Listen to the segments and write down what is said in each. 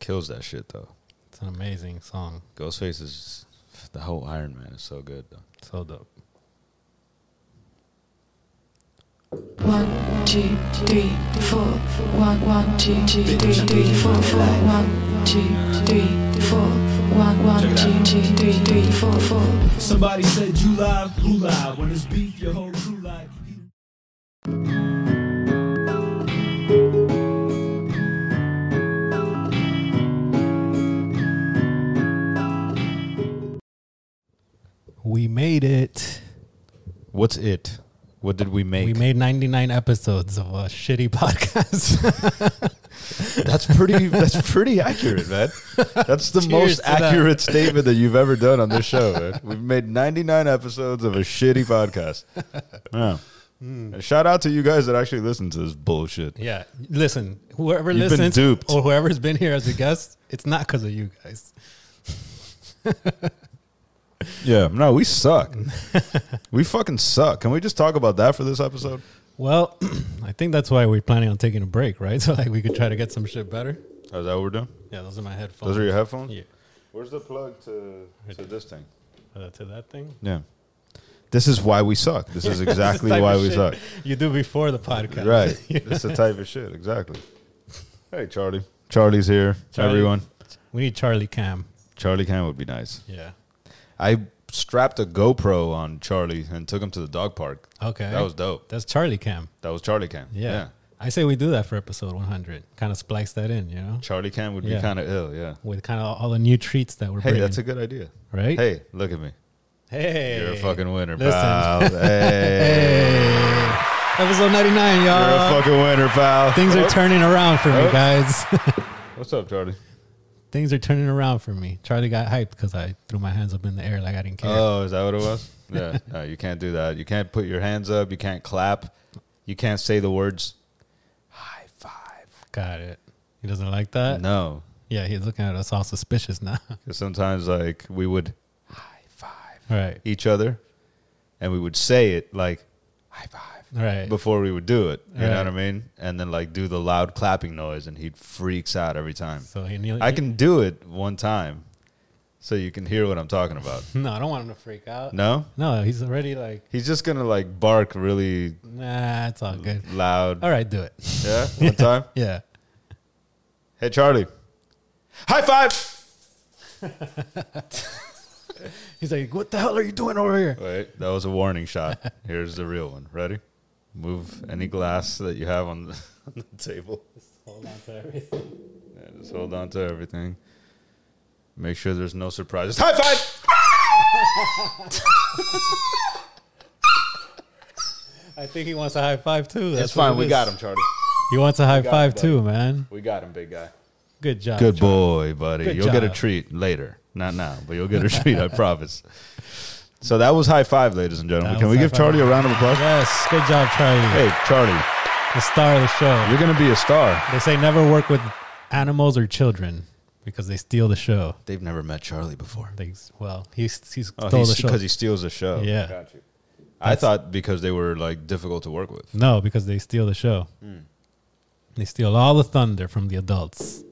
kills that shit though. It's an amazing song. Ghostface is just, the whole Iron Man is so good though. So dope. One, two, three, four. One, one, two, two, three, three, four, four. One, two, three, four. One, one, two, two, three, three, four, four. Somebody said you live, who live? When it's beef, your whole crew live. We made it. What's it? What did we make? We made 99 episodes of a shitty podcast. that's pretty. that's pretty accurate, man. That's the Cheers most to that. accurate statement that you've ever done on this show. Man. We've made 99 episodes of a shitty podcast. Yeah. Hmm. And Shout out to you guys that actually listen to this bullshit. yeah. Listen, whoever You've been listens duped. or whoever's been here as a guest, it's not because of you guys. Yeah, no, we suck. we fucking suck. Can we just talk about that for this episode? Well, I think that's why we're planning on taking a break, right? So like we could try to get some shit better. Oh, Is that what we're doing? Yeah, those are my headphones. Those are your headphones. yeah. Where's the plug to to this thing? Uh, to that thing. Yeah. This is why we suck. This is exactly why we suck. You do before the podcast, Right. It's the type of shit. Exactly. Hey, Charlie. Charlie's here. Charlie. Everyone. we need Charlie Cam. Charlie Cam would be nice. Yeah. I strapped a GoPro on Charlie and took him to the dog park. Okay. That was dope. That's Charlie Cam. That was Charlie Cam. Yeah. I say we do that for episode 100. Kind of splice that in, you know, Charlie Cam would be Yeah. kind of ill. Yeah. with kind of all the new treats that we're Hey, bringing. that's a good idea. right? Hey, look at me. hey, You're a fucking winner, Listen. pal. Hey. Hey, episode 99, You're a y'all. fucking winner, pal. Things are Oh, turning around for me, Oh. guys. What's up, Charlie? Things are turning around for me. Charlie got hyped because I threw my hands up in the air like I didn't care. Oh, is that what it was? Yeah. No, you can't do that. You can't put your hands up. You can't clap. You can't say the words high five. got it. He doesn't like that. No. Yeah, he's looking at us all suspicious now. 'Cause sometimes, like, we would high five right, each other and we would say it like high five right. before we would do it. You know what I Right. mean? And then, like, do the loud clapping noise and he freaks out every time. So he knew. I can do it one time so you can hear what I'm talking about. No, I don't want him to freak out. No? No, he's already like, He's just going to, like, bark really nah, it's all good. loud. All right, do it. Yeah, one time. Yeah. Hey, Charlie. High five. He's like, what the hell are you doing over here? Wait, that was a warning shot. Here's the real one. Ready? Move any glass that you have on the, on the table. Hold on to everything. Yeah, just hold on to everything. Make sure there's no surprises. High five. I think he wants a high five too. That's That's fine. what it We is. got him, Charlie. He wants a high got five him, too, man. We got him, big guy. Good job. Good Charlie. boy, buddy. Good you'll get a job. treat later. Not now, but you'll get a treat. I promise. So that was high five, ladies and gentlemen. That Can was we high give five. Charlie a round of applause? Yes, good job, Charlie. Hey, Charlie, The star of the show. you're gonna be a star. They say never work with animals or children because they steal the show. They've never met Charlie before. They, well, he, s- he stole Oh, the he's show. because he steals the show. Yeah. Got you. I thought because they were like difficult to work with. no, because they steal the show. Hmm. They steal all the thunder from the adults.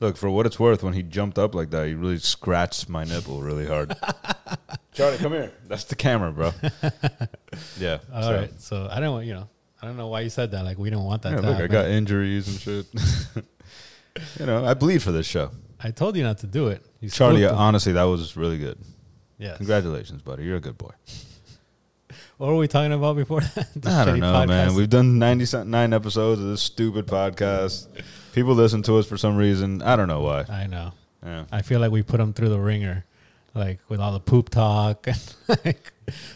Look, for what it's worth, when he jumped up like that, he really scratched my nipple really hard. Charlie, come here. That's the camera, bro. yeah. All right, so. I don't want you know. I don't know why you said that. Like we don't want that. Yeah, to look, I happen. got injuries and shit. you know, I bleed for this show. I told you not to do it. You Charlie, uh, spooked him. honestly, that was really good. Yes. Congratulations, buddy. You're a good boy. What were we talking about before that? The I don't shitty know, man. podcast? We've done 99 episodes of this stupid podcast. People listen to us for some reason. I don't know why. I know. Yeah. I feel like we put them through the ringer, like with all the poop talk and like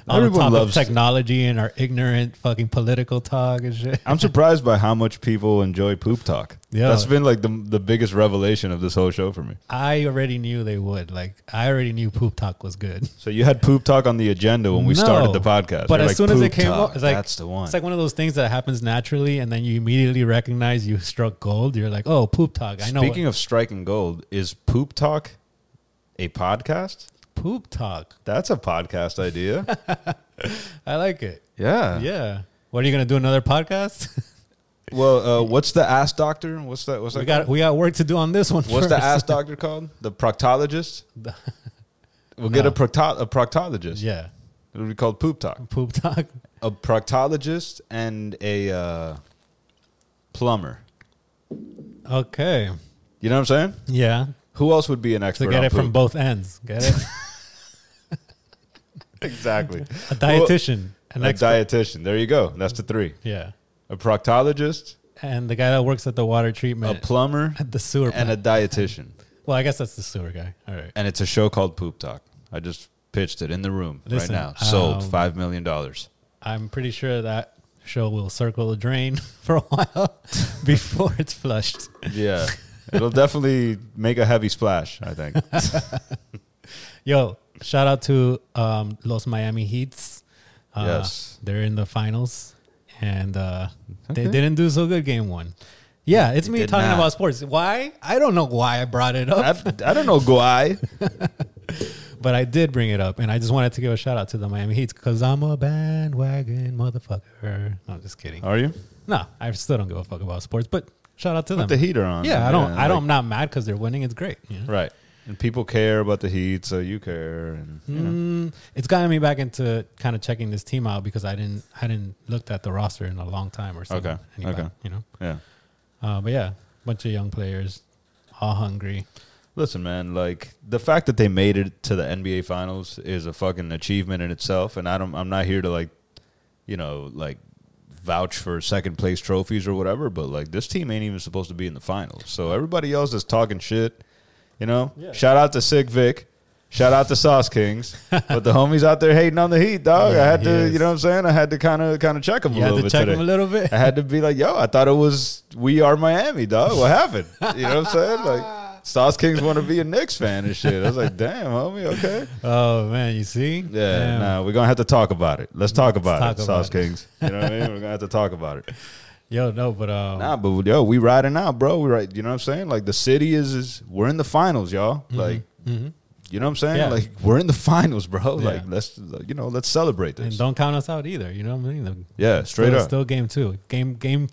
all the Everyone top loves- of technology and our ignorant fucking political talk and shit. I'm surprised by how much people enjoy poop talk. Yeah. That's been like the, the biggest revelation of this whole show for me. I already knew they would. Like I already knew poop talk was good. So you had poop talk on the agenda when we No. started the podcast. But You're as like, soon as it "Poop came talk, up, it's like that's the one. It's like one of those things that happens naturally, and then you immediately recognize you struck gold. You're like, oh, poop talk. I know. Speaking of striking gold, is poop talk a podcast? poop talk, That's a podcast idea. I like it. yeah. Yeah. What are you gonna do? Another podcast? Well, uh, what's the ass doctor? What's that? What's that? we got called? we got work to do on this one. What's the first. ass doctor called? The proctologist. The- We'll get a, No. procto- a proctologist. yeah, It'll be called poop talk. poop talk. A proctologist and a uh, plumber. Okay, You know what I'm saying? yeah, Who else would be an expert? to get on it from poop? both ends. Get it? exactly. A dietitian, an a expert. dietitian. There you go. That's the three. yeah, A proctologist, and the guy that works at the water a treatment, plumber, at the sewer and plant. a dietitian. well, I guess that's the sewer guy. All right. And it's a show called Poop Talk. I just pitched it in the room Listen, right now. Sold um, five million dollars. I'm pretty sure that show will circle the drain for a while before it's flushed. Yeah. It'll definitely make a heavy splash, I think. Yo, shout out to um, Los Miami Heats. Uh, Yes. They're in the finals and uh, they didn't do so good game one. Yeah, it's me did talking not. about sports. Why? I don't know why I brought it up, I, I don't know why. but I did bring it up. And I just wanted to give a shout out to the Miami Heats because I'm a bandwagon motherfucker. No, I'm just kidding. Are you? No, I still don't give a fuck about sports, but shout out to Put the them. heater on. yeah, I don't. I like- don't. I'm not mad because they're winning. It's great. you know? Right. And people care about the heat, so you care. And, you know. Mm, it's gotten me back into kind of checking this team out because I didn't I didn't looked at the roster in a long time or something. Okay, Anybody, okay. You know, Yeah. uh, but yeah, bunch of young players, all hungry. Listen, man, like the fact that they made it to the NBA finals is a fucking achievement in itself. And I don't I'm not here to like you know, like vouch for second place trophies or whatever, but like this team ain't even supposed to be in the finals. So everybody else is talking shit, you know? Yeah. Shout out to Sig Vic. Shout out to Sauce Kings. but the homies out there hating on the heat, dog. I Yeah, had he to is. you know what I'm saying? I had to kinda kinda check them a You had little to bit check today. them a little bit. I had to be like, yo, I thought it was we are Miami, dog. What happened? You know what I'm saying? Like Sauce Kings want to be a Knicks fan and shit. I was like, damn, homie, okay. Oh man, you see? Yeah, Damn. nah, we're gonna have to talk about it. Let's talk about talk it, about Sauce it. Kings. You know what I mean? We're gonna have to talk about it. Yo, no, but um, Nah, but yo, we riding out, bro. We right, you know what I'm saying? Like the city is is we're in the finals, y'all. Like you know what I'm saying? Mm-hmm. Yeah. Like we're in the finals, bro. Yeah. Like let's you know, let's celebrate and this. don't count us out either. You know what I mean? The- Yeah, straight still, up. Still game two. Game game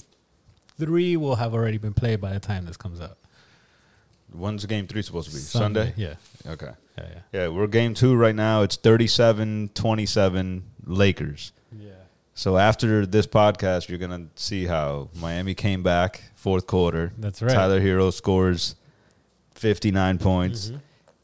three will have already been played by the time this comes out. When's game three supposed to be? Sunday? Yeah. Okay. Yeah. Yeah. Yeah, we're game two right now. It's 37 27 Lakers. Yeah. So after this podcast, you're going to see how Miami came back fourth quarter. That's right. Tyler Hero scores 59 points, Mm-hmm.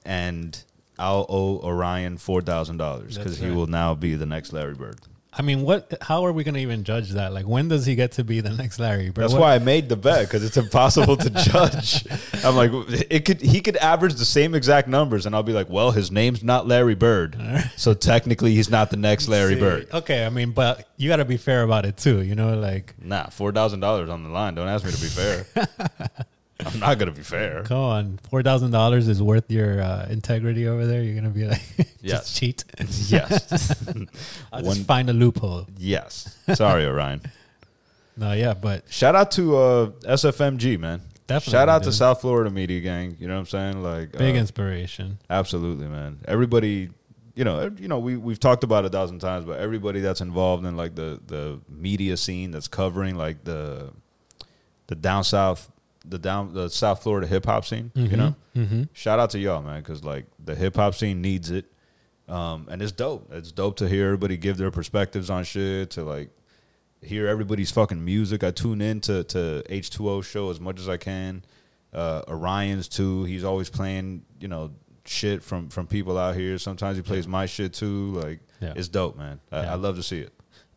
and I'll owe Orion $4,000 because That's he right. will now be the next Larry Bird. I mean, what? How are we going to even judge that? Like, when does he get to be the next Larry? Bird? That's What- why I made the bet because it's impossible to judge. I'm like, it could he could average the same exact numbers, and I'll be like, well, his name's not Larry Bird, so technically he's not the next Larry See, Bird. Okay, I mean, but you got to be fair about it too. You know, like, Nah, four thousand dollars on the line. Don't ask me to be fair. I'm not gonna be fair. come on, four thousand dollars is worth your uh, integrity over there. You're gonna be like, just Yes. cheat. Yes, I'll One- just find a loophole. yes. Sorry, Orion. No, yeah, but Shout out to uh, SFMG, man. Definitely, Shout out to dude. South Florida Media Gang. You know what I'm saying? Like big uh, inspiration. Absolutely, man. Everybody, you know, ev- you know, we we've talked about it a thousand times, but everybody that's involved in like the the media scene that's covering like the the down south, the down the South Florida hip hop scene, you know. Mm-hmm. Shout out to y'all, man, because like the hip hop scene needs it, um, and it's dope. It's dope to hear everybody give their perspectives on shit. To like hear everybody's fucking music. I tune in to to H two O show as much as I can. Uh, Orion's too. He's always playing, you know, shit from from people out here. Sometimes he plays my shit too. Like Yeah. it's dope, man. I, Yeah. I love to see it.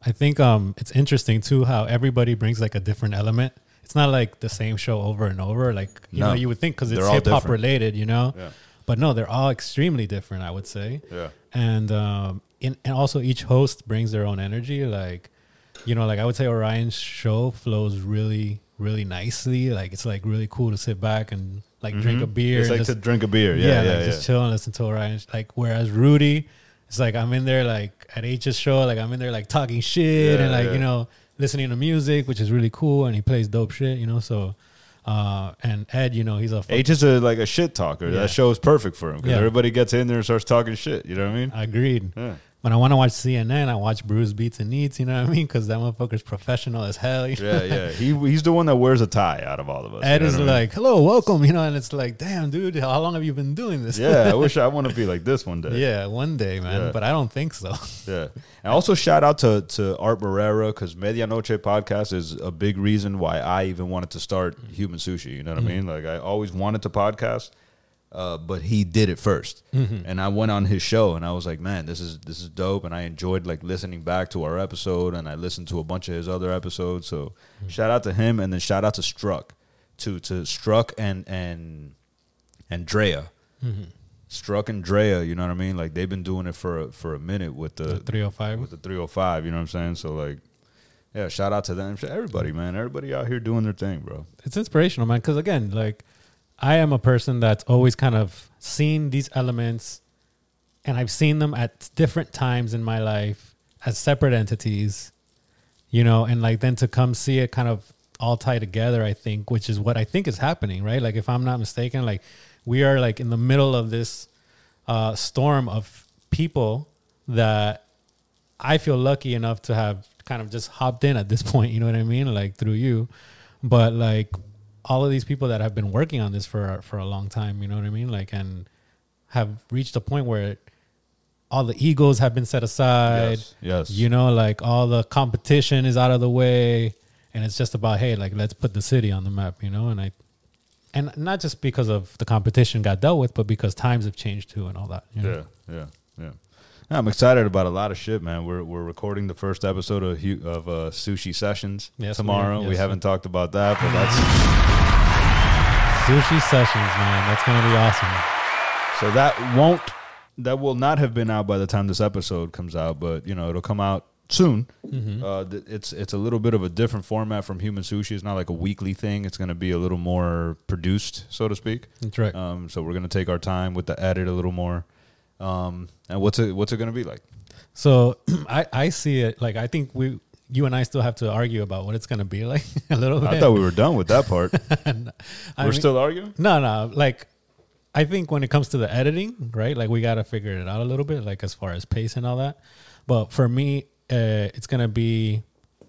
I think um, it's interesting too how everybody brings like a different element. It's not like the same show over and over. Like you No. know, you would think because it's They're all hip hop different. related, you know. Yeah. But no, they're all extremely different. I would say. Yeah. And um, in, and also each host brings their own energy. Like, you know, like I would say Orion's show flows really, really nicely. Like it's like really cool to sit back and like drink a beer. Mm-hmm. It's and like just- to drink a beer. yeah, Yeah, yeah, like yeah. just chill and listen to Orion. Like whereas Rudy, it's like I'm in there like at H's show, like I'm in there like talking shit Yeah, and like yeah. you know listening to music, which is really cool, and he plays dope shit, you know. So, uh, and Ed, you know, he's a fuck- H is a, like a shit talker. Yeah. That show is perfect for him because Yeah. everybody gets in there and starts talking shit. You know what I mean? agreed. Yeah. When I want to watch CNN, I watch Bruce Beats and Eats. You know what I mean? Because that motherfucker's professional as hell. You Yeah, know? yeah. He he's the one that wears a tie out of all of us. you Ed know is what I mean? like, "Hello, welcome," you know, and it's like, "Damn, dude, how long have you been doing this?" yeah. I wish I want to be like this one day. yeah, one day, man. Yeah. But I don't think so. Yeah. And also shout out to to Art Barrera because Medianoche podcast is a big reason why I even wanted to start Human Sushi. You know what I mean? Like Mm-hmm. I always wanted to podcast, uh, but he did it 1st Mm-hmm. and I went on his show and I was like, man, this is this is dope, and I enjoyed like listening back to our episode, and I listened to a bunch of his other episodes. So Mm-hmm. shout out to him, and then shout out to Struck, to to Struck and and and Drea. Mm-hmm. Struck and Drea, you know what I mean? Like they've been doing it for a, for a minute with the, The 305. with the 305, you know what I'm saying? So like yeah, shout out to them. Sh- Everybody, man. Everybody out here doing their thing, bro. it's inspirational, man. Because again, like I am a person that's always kind of seen these elements, and I've seen them at different times in my life as separate entities, you know, and like then to come see it kind of all tie together, I think, which is what I think is happening, right? Like if I'm not mistaken, like we are like in the middle of this uh, storm of people that I feel lucky enough to have kind of just hopped in at this point, you know what I mean? Like through you. But like all of these people that have been working on this for for a long time, you know what I mean? Like and have reached a point where all the egos have been set aside. Yes, yes. You know, like all the competition is out of the way and it's just about hey, like let's put the city on the map, you know? And I and not just because of the competition got dealt with, but because times have changed too and all that. you know? Yeah, yeah, yeah. Yeah, I'm excited about a lot of shit, man. We're we're recording the first episode of Hu- of uh, Sushi Sessions Yes, tomorrow. we We, are. Yes. haven't talked about that, but that's Sushi sessions, man. That's gonna be awesome. so that won't that will not have been out by the time this episode comes out, but you know it'll come out soon. Mm-hmm. Uh, th- it's it's a little bit of a different format from Human Sushi. It's not like a weekly thing. It's going to be a little more produced, so to speak. That's right. Um, so we're gonna take our time with the edit a little more. Um, and what's it what's it gonna be like? so I, I see it like I think we you and I still have to argue about what it's gonna be like a little bit. I thought we were done with that part. I we're mean- still arguing. No, no. Like, I think when it comes to the editing, right? Like, we got to figure it out a little bit, like as far as pace and all that. But for me, uh, it's gonna be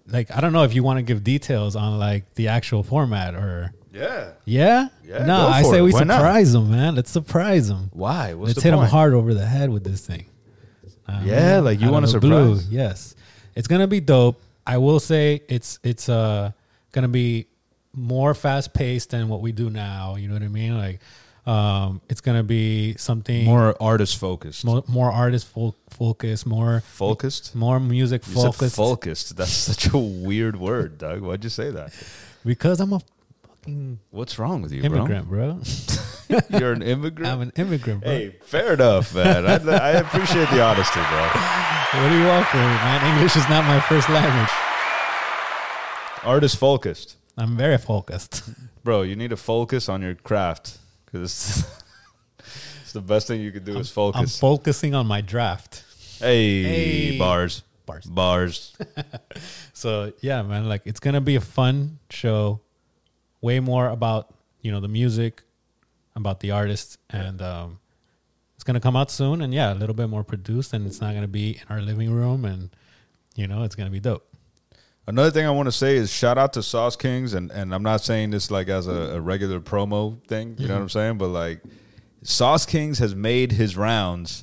like I don't know if you want to give details on like the actual format or Yeah. yeah. Yeah, no, go I for say it. we Why not? surprise them, man. Let's surprise them. Why? What's Let's the hit them point? hard over the head with this thing. Um, Yeah, like you Out want to of the blue, surprise. Yes, it's gonna be dope. I will say it's it's uh gonna be more fast paced than what we do now. You know what I mean? Like, um, it's gonna be something more More artist focused. more, more artist fo- focus, more focused. more music You said focused. focused. That's such a weird word, Doug. Why'd you say that? because I'm a fucking What's wrong with you, immigrant, bro. bro? You're an immigrant. I'm an immigrant, bro. hey, fair enough, man. I, I appreciate the honesty, bro. What do you want from me, man? English is not my first language. Artist focused, I'm very focused. bro. You need to focus on your craft because it's, it's the best thing you could do is focus. I'm focusing on my draft. Hey, Hey. bars. Bars. Bars. So yeah, man, like it's gonna be a fun show. Way more about you know the music, about the artist, and um, it's gonna come out soon. And yeah, a little bit more produced, and it's not gonna be in our living room, and you know it's gonna be dope. Another thing I want to say is shout out to Sauce Kings, and, and I'm not saying this like as a, a regular promo thing, you know what Mm-hmm. I'm saying? But like, Sauce Kings has made his rounds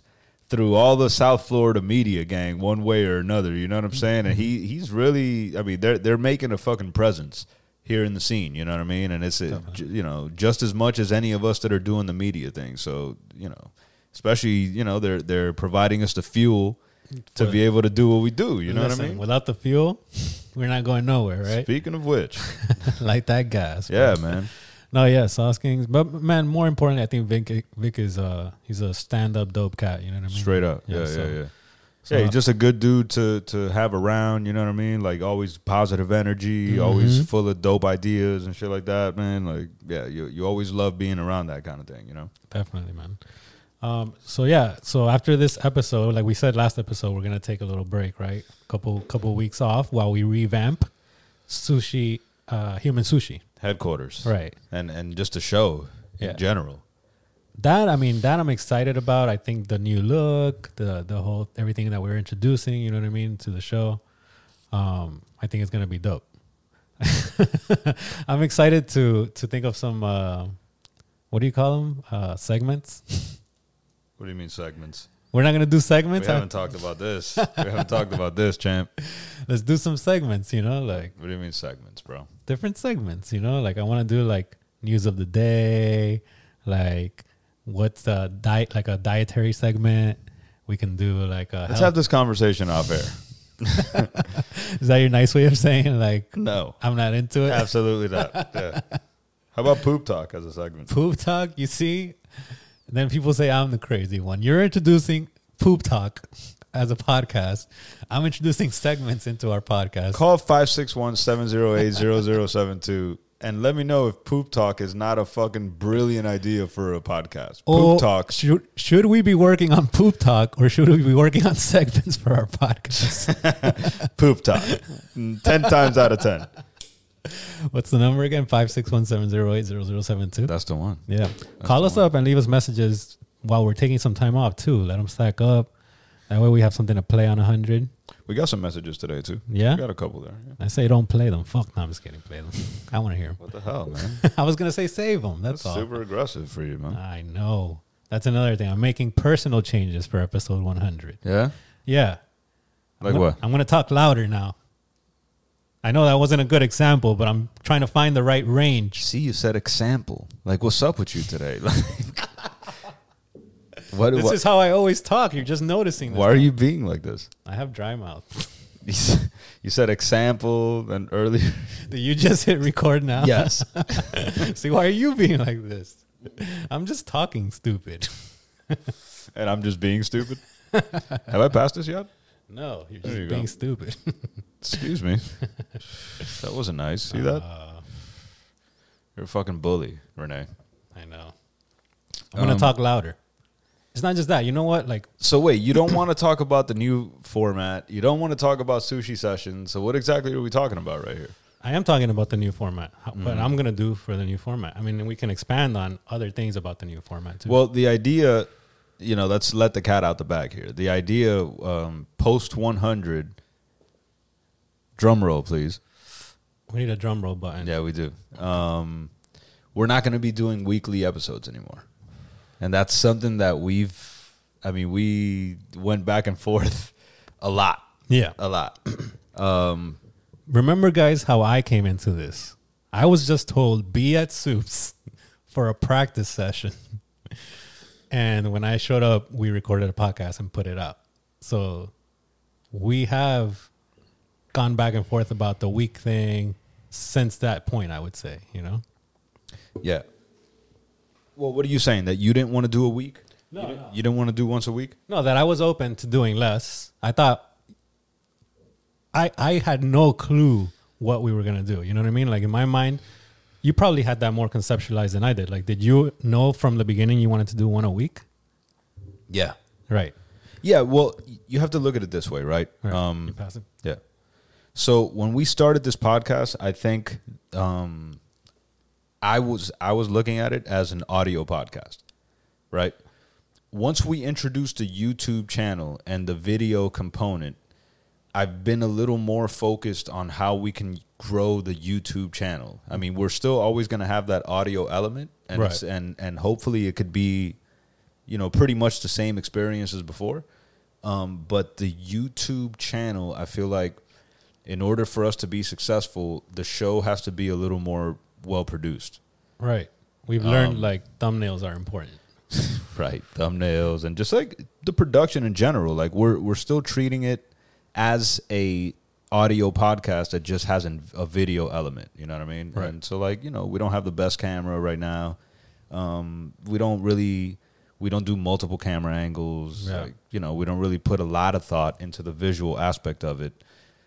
through all the South Florida media gang, one way or another, you know Mm-hmm. what I'm saying? And he he's really, I mean, they're they're making a fucking presence here in the scene, you know what I mean? And it's uh, ju- you know just as much as any of us that are doing the media thing. So you know, especially you know they're they're providing us the fuel. To For- be able to do what we do, you know what Listen, I mean. Without the fuel, we're not going nowhere, right? Speaking of which, like that gas. bro. yeah, man. No, yeah, Sauce Kings. But man, more importantly, I think Vic Vic is uh he's a stand up dope cat. You know what I mean? Straight up. Yeah, Yeah, yeah, so- yeah. so- yeah, he's just a good dude to to have around, you know what I mean? Like always positive energy, always full of dope ideas and shit like that, man. Like yeah, you you always love being around that kind of thing, you know? Definitely, man. Um, so yeah, so after this episode, like we said last episode, we're gonna take a little break, right? Couple couple weeks off while we revamp sushi, uh, human sushi, Headquarters. right? And and just a show Yeah. in general. that I mean that I'm excited about. I think the new look, the the whole everything that we're introducing, you know what I mean, to the show. Um, I think it's gonna be dope. I'm excited to to think of some uh, what do you call them uh, segments. What do you mean segments? We're not gonna do We segments. haven't talked about this. We haven't talked about this, champ. Let's do some segments. You know, like What do you mean segments, bro? different segments. You know, like I want to do like news of the day, like what's a diet, like a dietary segment. We can do like a. Let's have health- this conversation off air. is that your nice way of saying like No, I'm not into it? absolutely not. Yeah. How about poop talk as a segment? Poop talk. You see, then people say I'm the crazy one. You're introducing poop talk as a podcast. I'm introducing segments into our podcast. Call 561-708-0072 and let me know if poop talk is not a fucking brilliant idea for a podcast. Or poop talk. Should, should we be working on poop talk or should we be working on segments for our podcast? poop talk. Mm, 10 times out of 10. What's the number again? Five six one seven zero eight zero zero seven two. That's the one. Yeah. Call us up and leave us messages while we're taking some time off too. Let them stack up. That way we have something to play on 100. We got some messages today too. Yeah? We got a couple there. Yeah. I say don't play them. Fuck, no, I'm just kidding. Play them. I want to hear them. What the hell, man? I was going to say save them. That's, That's all. super aggressive for you, man. I know. That's another thing. I'm making personal changes for episode 100. Yeah? Yeah. Like I'm what? gonna- I'm going to talk louder now. I know that wasn't a good example, but I'm trying to find the right range. See, you said example. Like, what's up with you today? Like, what, This what- is how I always talk. You're just noticing this. why are you being like this? I have dry mouth. You said example and earlier. Did you just hit record now? Yes. See, why are you being like this? I'm just talking stupid. and I'm just being stupid. Have I passed this yet? No, you're There just you go. being stupid. Excuse me. that wasn't nice. See that? Uh, You're a fucking bully, Renee. I know. I'm gonna Um, talk louder. It's not just that. You know what? Like, So wait, you don't want to talk about the new format. You don't want to talk about sushi sessions. So what exactly are we talking about right here? I am talking about the new format, how- what Mm-hmm. I'm gonna do for the new format. I mean, we can expand on other things about the new format too. Well, the idea, you know, let's let the cat out the bag here. The idea, um, post 100, drum roll, please. we need a drum roll button. Yeah, we do. Um, we're not going to be doing weekly episodes anymore, and that's something that we've. I mean, we went back and forth a lot, Yeah. a lot. Remember, guys, how I came into this. I was just told be at Soups for a practice session. and when I showed up, we recorded a podcast and put it out. So we have gone back and forth about the week thing since that point, I would say, you know? Yeah. Well, what are you saying that you didn't want to do a week? No, you didn't, no. you didn't want to do once a week. No, that I was open to doing less. I thought I I had no clue what we were gonna do. You know what I mean? Like in my mind, you probably had that more conceptualized than I did. Like, did you know from the beginning you wanted to do one a week? Yeah. Right. Yeah. Well, y- you have to look at it this way, right? Right. Um, You pass it. Yeah. So when we started this podcast, I think um, I was I was looking at it as an audio podcast, right? Once we introduced the YouTube channel and the video component, I've been a little more focused on how we can grow the YouTube channel. I mean, we're still always going to have that audio element, and Right. it's- and and hopefully it could be, you know, pretty much the same experience as before. Um, but the YouTube channel, I feel like, in order for us to be successful, the show has to be a little more well produced. Right. We've learned like thumbnails are important. right thumbnails and just like the production in general like we're we're still treating it as a audio podcast that just has an, a video element you know what i mean Right. and so like you know we don't have the best camera right now um we don't really we don't do multiple camera angles Yeah. like you know we don't really put a lot of thought into the visual aspect of it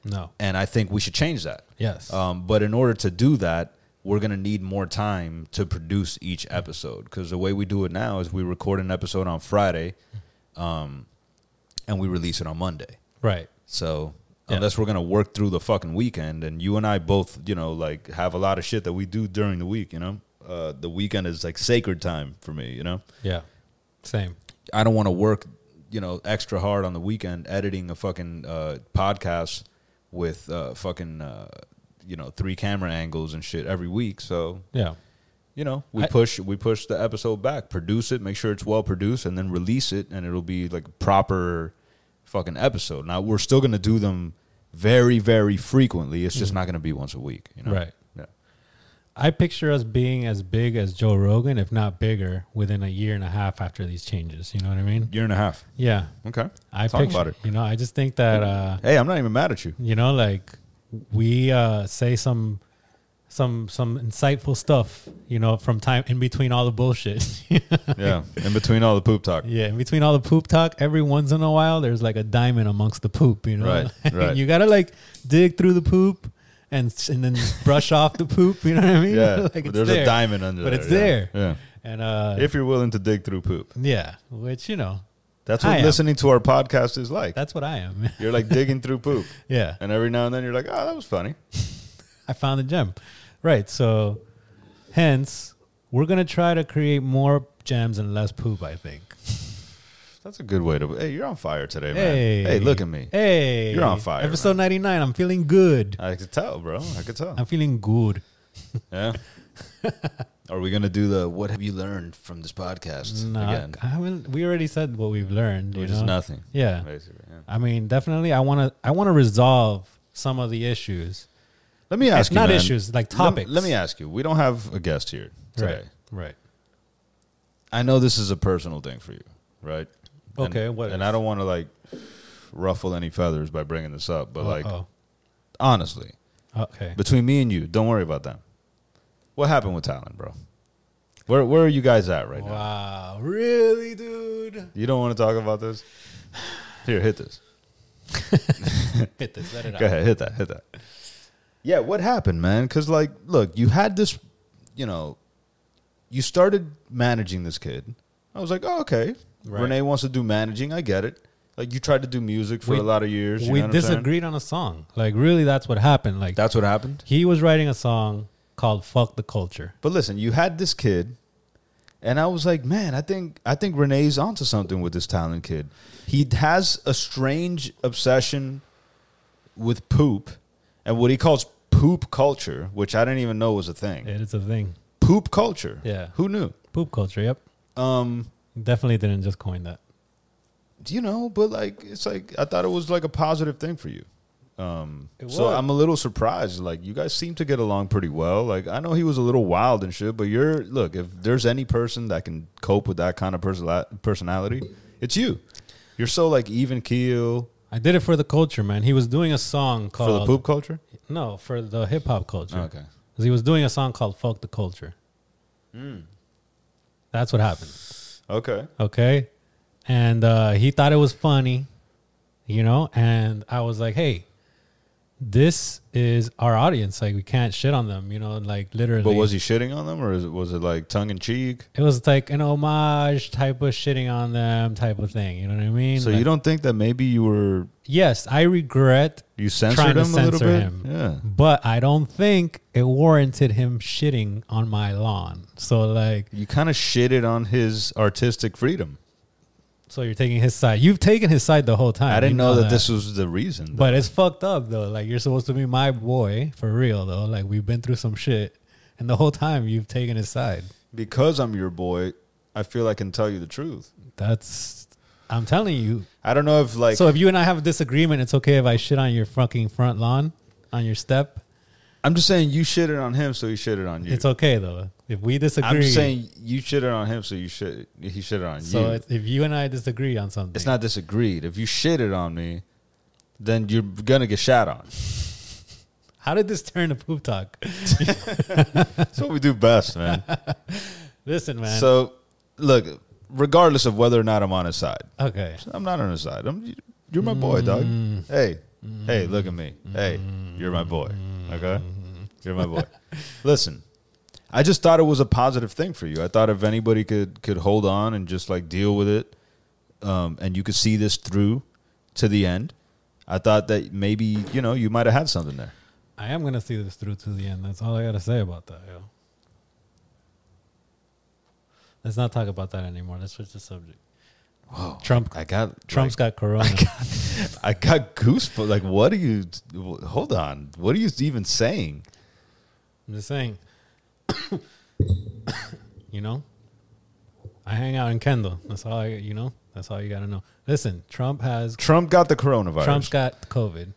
No. and i think we should change that Yes. um, but in order to do that, we're going to need more time to produce each episode because the way we do it now is we record an episode on Friday um, and we release it on Monday. right. So Yeah. unless we're going to work through the fucking weekend and you and I both, you know, like have a lot of shit that we do during the week, you know, uh, the weekend is like sacred time for me. You know, Yeah. Same. I don't want to work, you know, extra hard on the weekend editing a fucking uh, podcast with uh, fucking, uh, you know, three camera angles and shit every week. So Yeah. you know, we I- push we push the episode back, produce it, make sure it's well produced, and then release it, and it'll be like a proper fucking episode. Now we're still gonna do them very very frequently. It's just not gonna be once a week. You know? Mm. Right. Yeah. I picture us being as big as Joe Rogan, if not bigger, within a year and a half after these changes. You know what I mean? Year and a half. Yeah. Okay. I Talk picture, about it. You know, I just think that uh, Hey, I'm not even mad at you. you know, like we uh, say some some some insightful stuff. You know, from time in between all the bullshit. Yeah. In between all the poop talk. yeah, in between all the poop talk, every once in a while, there's like a diamond amongst the poop. You know, Right, Like, right. You gotta like dig through the poop and and then brush off the poop. You know what I mean? Yeah. like it's There's there. a diamond under but there. it's yeah. there. Yeah. And uh, If you're willing to dig through poop. Yeah, which you know, That's what I am. listening to our podcast is like. that's what I am. you're like digging through poop. yeah, And every now and then you're like, oh, that was funny. I found the gem. Right, so hence we're gonna try to create more gems and less poop. I think. That's a good way to. Hey, you're on fire today, man. Hey, hey look at me. Hey, You're on fire, Uh, Episode ninety nine. I'm feeling good. I could tell, bro. I could tell. I'm feeling good. Yeah. Are we gonna do the what have you learned from this podcast No, again? I haven't. We already said what we've learned. You Which know? is nothing. Yeah. Basically, yeah. I mean, definitely. I wanna. I wanna resolve some of the issues. Let me ask you, not man. issues, like Lem- topics. Let, me ask you. We don't have a guest here today. Right. Right. I know this is a personal thing for you, right? And- Okay, what And is- I don't want to like ruffle any feathers by bringing this up, but like Uh-oh. honestly, Oh, okay. between me and you, don't worry about them. What happened with Talon, bro? Where Where are you guys at right now? Wow, really, dude? You don't want to talk about this? Here, hit this. Hit this, let it out. Go ahead, hit that, hit that. Yeah, what happened, man? Because like, look, you had this, you know, you started managing this kid. I was like, oh, okay. Right. Renee wants to do managing. I get it. Like you tried to do music for We- a lot of years. you we know what I'm saying? disagreed on a song. Like, really, that's what happened. Like, That's what happened. he was writing a song called "Fuck the Culture." But listen, you had this kid, and I was like, man, I think I think Renee's onto something with this talent kid. He has a strange obsession with poop and what he calls poop culture, which I didn't even know was a thing. It is a thing. poop culture. Yeah. Who knew? Poop culture. Yep. Um, Definitely didn't just coin that. you know, but like it's like I thought it was like a positive thing for you. Um, It so was. I'm a little surprised. Like you guys seem to get along pretty well. Like I know he was a little wild and shit, but you're look. If there's any person that can cope with that kind of perso- personality, it's you. You're so like even keel I did it for the culture, man. He was doing a song for called the poop culture. No, for the hip hop culture. Okay. 'Cause he was doing a song called "Fuck the Culture." That's what happened. Okay. okay and uh, he thought it was funny you know and i was like hey this is our audience like we can't shit on them you know like literally But was he shitting on them, or is it, was it like tongue in cheek? it was like an homage type of shitting on them type of thing you know what i mean So Like, you don't think that maybe you were yes i regret you trying censored to him a little censor bit? him Yeah. but i don't think it warranted him shitting on my lawn so like You kind of shitted on his artistic freedom. so you're taking his side you've taken his side the whole time I You didn't know, that, this was the reason. But it's fucked up though. Like you're supposed to be my boy for real though. Like we've been through some shit, and the whole time you've taken his side. because I'm your boy, I feel I can tell you the truth. That's I'm telling you. I don't know if like so if you and I have a disagreement, it's okay if I shit on your fucking front lawn, on your step. I'm just saying you shitted on him, so he shitted on you. It's okay though. If we disagree, I'm just saying you shitted on him, so you shit he shitted on So you. it's, if you and I disagree on something, it's not disagreed. If you shitted on me, then you're gonna get shot on. How did this turn to poop talk? That's what we do best, man. Listen, man. So look, regardless of whether or not I'm on his side, okay. I'm not on his side. I'm you're my boy, dog. Mm. Hey, hey, look at me. Hey, you're my boy. Okay, you're my boy. Listen, I just thought it was a positive thing for you. I thought if anybody could could hold on and just like deal with it, um, and you could see this through to the end, I thought that maybe you know you might have had something there. I am gonna see this through to the end. That's all I gotta say about that. Yo. Let's not talk about that anymore. Let's switch the subject. Whoa. Trump. I got Trump's Trump's. got corona. I got goosebumps. Like, what are you? Hold on. What are you even saying? I'm just saying. you know, I hang out in Kendall. That's all I, you know. That's all you got to know. Listen, Trump has Trump got the coronavirus. Trump's got COVID.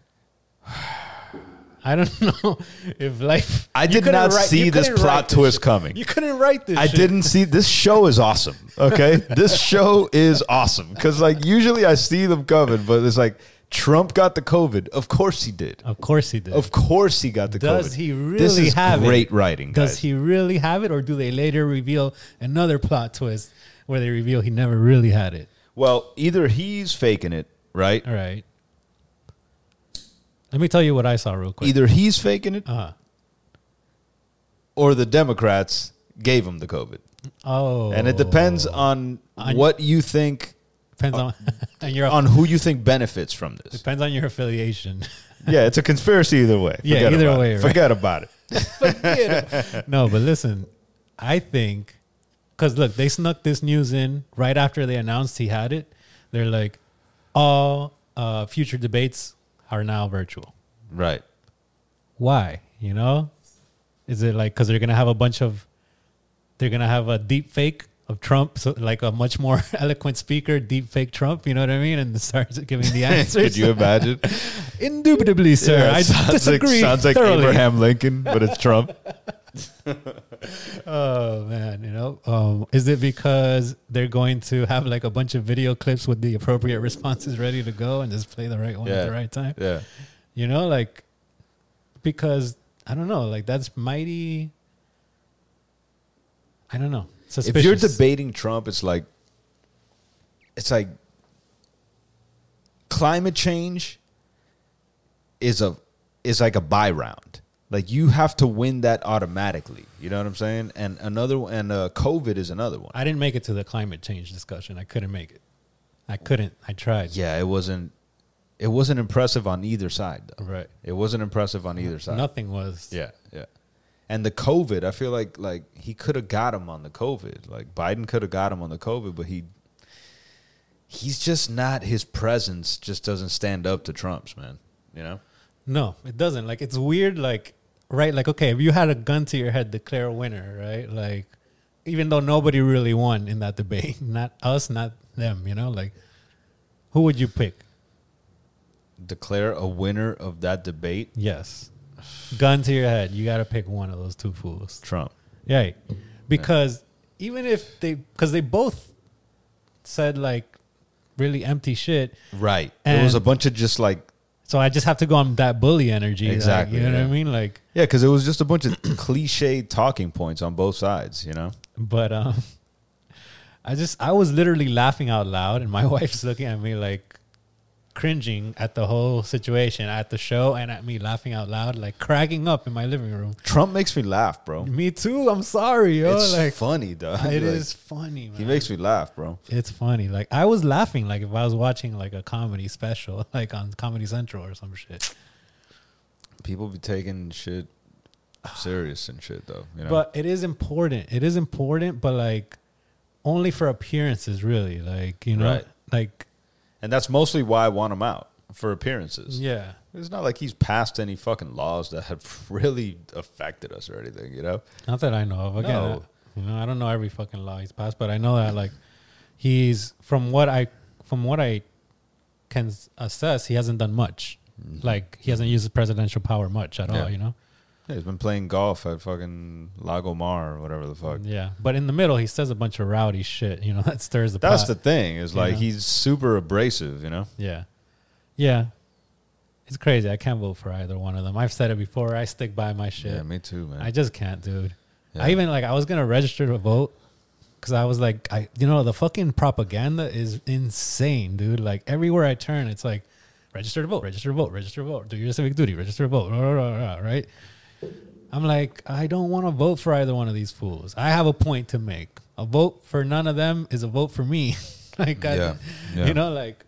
I don't know if life. I you did couldn't not write- see you this couldn't plot write this twist shit. coming. You couldn't write this. I shit. didn't see this show is awesome. Okay, this show is awesome because like usually I see them coming, but it's like Trump got the COVID. Of course he did. Of course he did. Of course he got the COVID. Does he really This is have great it? writing. Does guys. he really have it, or do they later reveal another plot twist where they reveal he never really had it? Well, either he's faking it, right? All right. Let me tell you what I saw real quick. Either he's faking it, Uh, or the Democrats gave him the COVID. oh. And it depends on On- what you think, Depends on, on your on who you think benefits from this. depends on your affiliation. Yeah, it's a conspiracy either way. Yeah, either about way, It. right? Forget about it. no, but listen, I think because look, they snuck this news in right after they announced he had it. They're like, all uh, future debates are now virtual. Right. Why? You know, is it like because they're gonna have a bunch of they're gonna have a deep fake of Trump, so like a much more eloquent speaker, deep fake Trump. You know what I mean? And starts giving the answers. Could you imagine? Indubitably, sir. Yeah, I it sounds like, disagree. sounds like thoroughly. Abraham Lincoln, but it's Trump. Oh man, you know, um, is it because they're going to have like a bunch of video clips with the appropriate responses ready to go and just play the right one at the right time? Yeah. You know, like because I don't know, like that's mighty. I don't know. Suspicious. If you're debating Trump, it's like it's like climate change is a is like a buy round. Like you have to win that automatically. You know what I'm saying? And another one- and uh, COVID is another one. I didn't make it to the climate change discussion. I couldn't make it. I couldn't. I tried. Yeah, it wasn't it wasn't impressive on either side though. Right. It wasn't impressive on either side. Nothing was. Yeah, yeah. And the COVID, I feel like like he could have got him on the COVID. Like Biden could have got him on the COVID, but he he's just not his presence just doesn't stand up to Trump's, man. You know? No, it doesn't. Like it's weird. Like right. Like okay, if you had a gun to your head, declare a winner. Right. Like even though nobody really won in that debate, not us, not them. You know, like who would you pick? Declare a winner of that debate, Yes, gun to your head. You got to pick one of those two fools. Trump. Right. Because even if they, because they both said like really empty shit. Right. it And- was a bunch of just like So I just have to go on that bully energy. like, Exactly, you know yeah. what I mean? Like, yeah, because it was just a bunch of cliche talking points on both sides, you know? but um i just i was literally laughing out loud and my wife's looking at me like cringing at the whole situation at the show and at me laughing out loud like cracking up in my living room Trump makes me laugh, bro. me too i'm sorry yo it's like funny, though. it is funny man. He makes me laugh, bro. it's funny like i was laughing like if i was watching like a comedy special like on comedy central or some shit People be taking shit serious and shit though. You know? But it is important. It is important, but like only for appearances, really. Like you know, Right. like and that's mostly why I want him out for appearances. yeah, It's not like he's passed any fucking laws that have really affected us or anything. You know? Not that I know of. Again, No. I, you know, I don't know every fucking law he's passed, but I know that like he's from what I from what I can s- assess, he hasn't done much. Like he hasn't used his presidential power much at Mm-hmm. Yeah. all. You know. Yeah, he's been playing golf at fucking Lago Mar or whatever the fuck. Yeah, but in the middle, he says a bunch of rowdy shit. You know that stirs the. That's pot. the thing. Is like Uh, Yeah. he's super abrasive. You know? Yeah. Yeah. It's crazy. I can't vote for either one of them. I've said it before. I stick by my shit. Yeah, me too, man. I just can't, dude. Yeah. I even like I was gonna register to vote because I was like, I you know the fucking propaganda is insane, dude. Like everywhere I turn, it's like register to vote, register to vote, register to vote, do your civic duty, register to vote, rah, rah, rah, rah, right? I'm like, I don't want to vote for either one of these fools. I have a point to make. A vote for none of them is a vote for me. like, I, Yeah, yeah. you know, like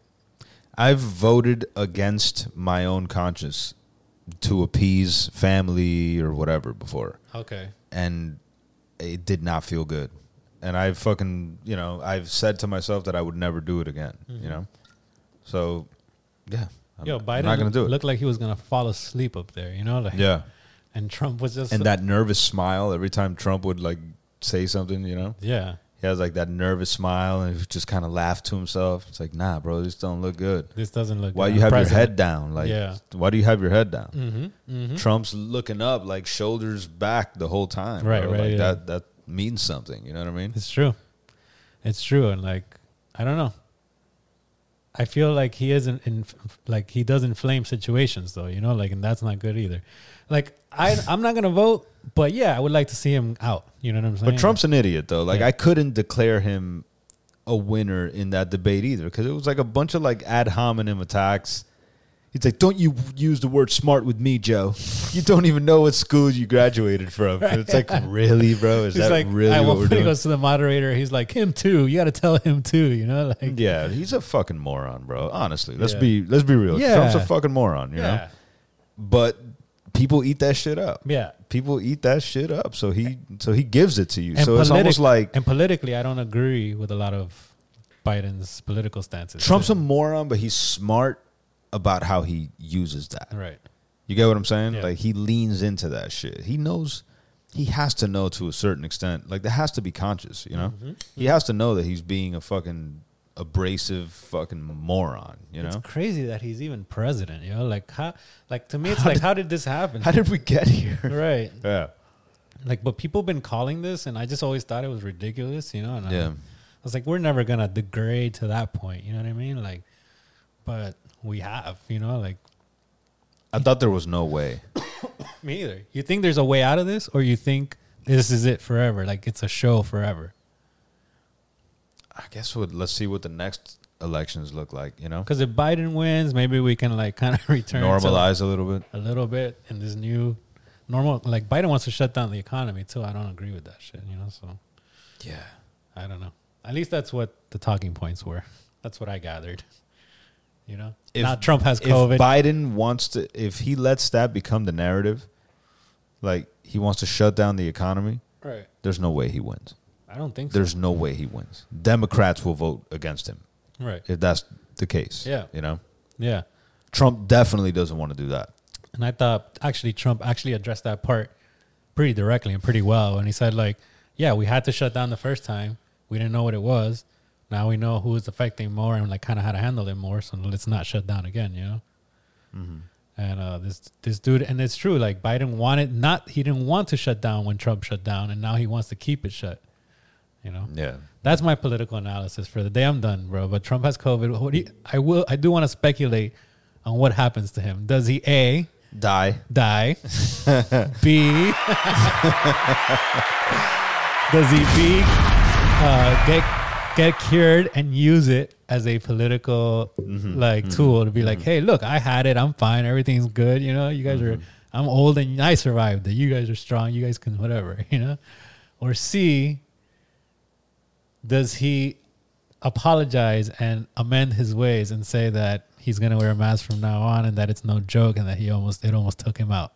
I've voted against my own conscience to appease family or whatever before. okay. and it did not feel good. and I fucking you know I've said to myself that I would never do it again. You know, so yeah, I'm, Mm-hmm. Yo, I'm Biden not gonna do it. looked like he was gonna fall asleep up there, you know? Like, yeah, And Trump was just and that nervous smile every time Trump would like say something, you know, yeah. he has like that nervous smile and he just kind of laughed to himself. It's like, nah, bro, this don't look good. This doesn't look Why good. you have your President. head down? Like, Yeah. why do you have your head down? Mm-hmm, mm-hmm. Trump's looking up, like shoulders back the whole time. Right, bro. right, Like yeah. that that means something. You know what I mean? It's true. It's true, and like I don't know. I feel like he isn't in like he does inflame situations though, you know, like and that's not good either. Like I I'm not gonna vote, but yeah, I would like to see him out. You know what I'm saying? But Trump's an idiot though. Like Yeah. I couldn't declare him a winner in that debate either because it was like a bunch of like ad hominem attacks. He's like, "Don't you use the word smart with me, Joe? You don't even know what school you graduated from." It's like, really, bro? Is He's that like really I, what we're when he doing? goes to the moderator, he's like him too. You got to tell him too. You know, like yeah, he's a fucking moron, bro. Honestly, let's Yeah. be let's be real. Yeah. Trump's a fucking moron, you know. yeah, But people eat that shit up. yeah. people eat that shit up. So he so he gives it to you. so it's politic- almost like and politically, I don't agree with a lot of Biden's political stances. Trump's too. a moron, but he's smart about how he uses that. right. You get what I'm saying? Yeah. Like he leans into that shit. He knows he has to know to a certain extent. Like there has to be conscious, you know? He has to know that he's being a fucking abrasive fucking moron, you know? It's crazy that he's even president, you know? Like how like to me it's like how did this happen? How did we get here? right. Yeah. Like but people been calling this and I just always thought it was ridiculous, you know? And I- Yeah. I was like we're never going to degrade to that point, you know what I mean? Like but we have, you know, like I thought there was no way. me either. You think there's a way out of this or you think this is it forever? Like it's a show forever. I guess what let's see what the next elections look like, you know? Cuz if Biden wins, maybe we can like kind of return to, Normalize a little bit. a little bit in this new normal like Biden wants to shut down the economy too. I don't agree with that shit, you know, so Yeah. I don't know. At least that's what the talking points were. That's what I gathered. You know, If- now Trump has if COVID. Biden wants to, if he lets that become the narrative, like he wants to shut down the economy, right. there's no way he wins. I don't think There's no way he wins. Democrats will vote against him so. Right. if that's the case. Yeah. You know, Yeah. Trump definitely doesn't want to do that. And I thought actually Trump actually addressed that part pretty directly and pretty well. And he said like, yeah, we had to shut down the first time. We didn't know what it was. Now we know who is affecting more and like kind of how to handle it more. So let's not shut down again. You know. And uh, this this dude, and it's true. Like Biden wanted not, he didn't want to shut down when Trump shut down, and now he wants to keep it shut. You know. Yeah. That's my political analysis for the day. I'm done, bro. But Trump has COVID. What do you, I will. I do want to speculate on what happens to him. Does he a Die. die? B. does he B uh, get get cured and use it as a political like tool to be like, hey, look, I had it. I'm fine. Everything's good. You know, you guys are. I'm old and I survived it. You guys are strong. You guys can whatever. You know, or C. Does he apologize and amend his ways and say that he's going to wear a mask from now on and that it's no joke and that he almost it almost took him out?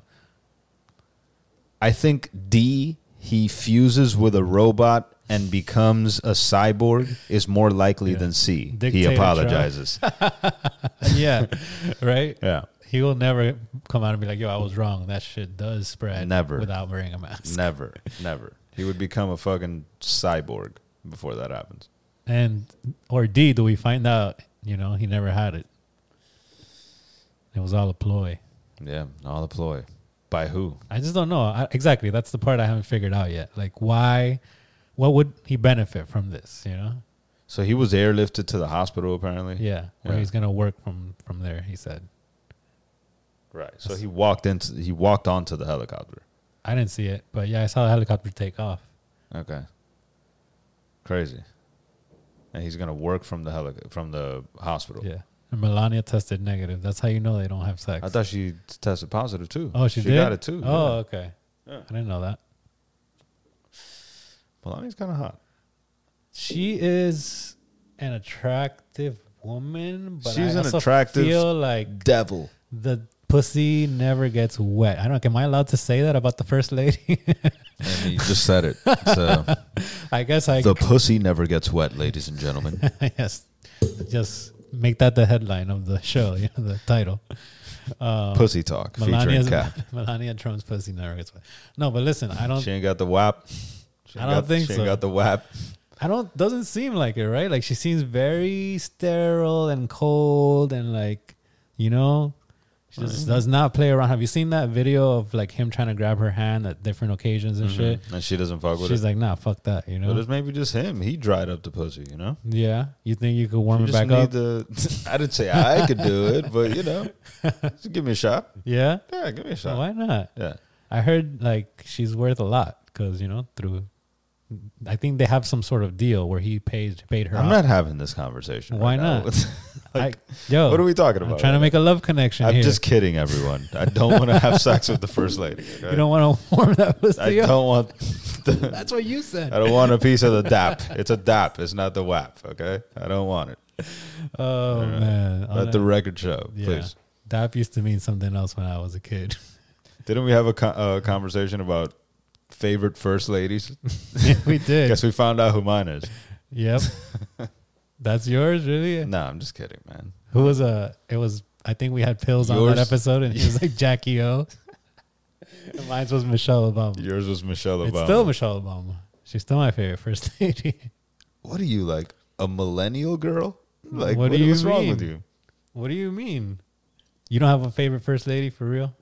I think D, he fuses with a robot and becomes a cyborg, is more likely Yeah. than C. Dictator he Trump. apologizes. yeah, right. yeah. He will never come out and be like, "Yo, I was wrong. That shit does spread." Never. without wearing a mask. Never. Never. He would become a fucking cyborg before that happens. And or D, do we find out? You know, he never had it. It was all a ploy. Yeah, all a ploy. By who? I just don't know I, exactly. That's the part I haven't figured out yet. Like, why? What would he benefit from this? You know? So he was airlifted to the hospital, apparently. Yeah. Where Yeah. he's gonna work from from there? He said. Right. So he walked into he walked onto the helicopter. I didn't see it, but yeah, I saw the helicopter take off. Okay. Crazy. And he's gonna work from the helic from the hospital. Yeah. And Melania tested negative. That's how you know they don't have sex. I thought she tested positive too. oh, she, did? got it too. Oh, yeah. okay. Yeah. I didn't know that. Melania's kind of hot. She is an attractive woman, but She's I an also attractive- feel like Devil. the pussy never gets wet. I don't. Am I allowed to say that about the first lady? And he just said it. So uh, I guess I. the pussy never gets wet, ladies and gentlemen. yes, just make that the headline of the show. You know, the title. Um, Pussy talk featuring Melania's Cap. Melania Trump's pussy never gets wet. No, but listen, I don't. She ain't got the wap. She I ain't don't got, think she ain't so. got the wap. I don't doesn't seem like it, right? Like she seems very sterile and cold and like you know she Mm-hmm. just does not play around. Have you seen that video of like him trying to grab her hand at different occasions and shit? And she doesn't fuck with She's Mm-hmm. it. like, nah, fuck that, you But know? it's maybe just him. He dried up the pussy, you know? Yeah. You think you could warm You it just back need up? the- I didn't say I could do it, but you know, just give me a shot. yeah? Yeah, give me a shot. Why not? Yeah. I heard like she's worth a lot because, you know, through I think they have some sort of deal where he pays paid her I'm off. not having this conversation. Why right now. not? like, I, yo, what are we talking I'm about? trying to make a love connection I'm here. just kidding, everyone. I don't want to have sex with the first lady. okay? you don't want to warm that pussy I up. don't want. That's what you said. I don't want a piece of the dap. It's a dap. It's not the wap. Okay, I don't want it. Oh man, Let the record show, yeah. please. Dap used to mean something else when I was a kid. Didn't we have a co- uh, conversation about favorite first ladies? we did. Guess we found out who mine is. Yep. That's yours, really. No, I'm just kidding, man. Who was uh It was. I think we had pills on Yours? that episode, and he was like Jackie O. and mine was Michelle Obama. Yours was Michelle Obama. It's still Michelle Obama. She's still my favorite first lady. what are you like? A millennial girl? Like, What what, do you what's wrong with mean? you? what do you mean? You don't have a favorite first lady for real?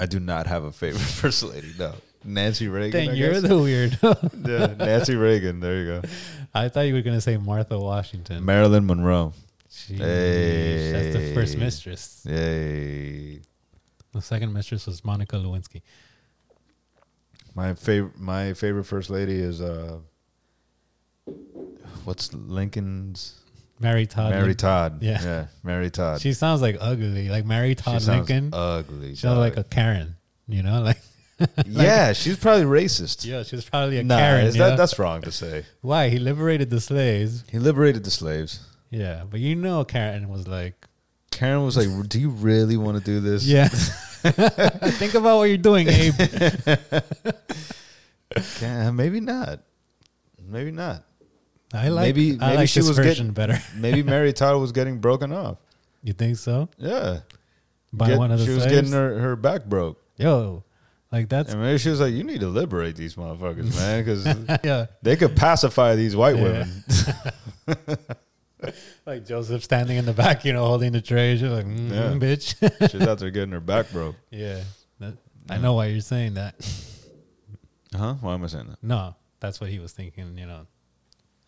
I do not have a favorite first lady. No, Nancy Reagan. Then I you're guess. the weirdo. Yeah, Nancy Reagan. There you go. I thought you were gonna say Martha Washington. Marilyn Monroe. Jeez, That's the first Hey. mistress. Yay. The second mistress was Monica Lewinsky. My favorite, my favorite first lady is uh, what's Lincoln's Mary Todd. Mary Lin- Todd. Yeah. Mary Todd. She sounds like ugly, like Mary She Todd sounds Lincoln. Ugly. she sounds like a Karen, you know? Like, yeah, she's probably racist. yeah, she's probably a nah, Karen. is you that, know? that's wrong to say. Why? He liberated the slaves. He liberated the slaves. Yeah, but you know Karen was like, Karen was like, "Do you really want to do this?" yeah. Think about what you're doing, Abe. Yeah, maybe not. Maybe not. I like, Maybe- I maybe like she this was version better. Maybe Mary Todd was getting broken off. You think so? Yeah, By Get- one of the she was slaves? getting her, her back broke, Yo, like that's, and maybe she was like, "You need to liberate these motherfuckers, man, because yeah. they could pacify these white Yeah. women." Like Joseph standing in the back, you know, holding the trays. You're like, mm, Yeah. bitch. She's out there getting her back broke. Yeah. That, I know why you're saying that. Huh? Why am I saying that? No, that's what he was thinking, you know.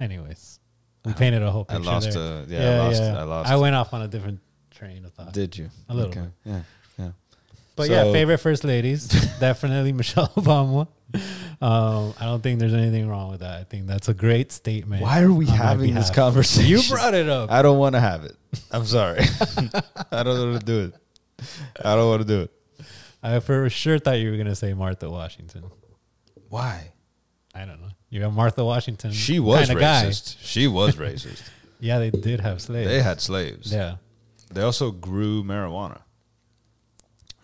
Anyways, we painted a whole I picture. lost. there. Uh, yeah, I lost. I lost. I went off on a different train of thought. Did you? A little bit. Yeah. Yeah. But yeah, So- favorite first ladies, definitely Michelle Obama. Um, I don't think there's anything wrong with that. I think that's a great statement. Why are we on my having this behalf. conversation? You brought it up. I don't want to have it. I'm sorry. I don't want to do it. I don't want to do it. I for sure thought you were gonna say Martha Washington. Why? I don't know. You're a Martha Washington. She was kinda racist. She was racist. Guy. Yeah, they did have slaves. they had slaves. Yeah, They also grew marijuana.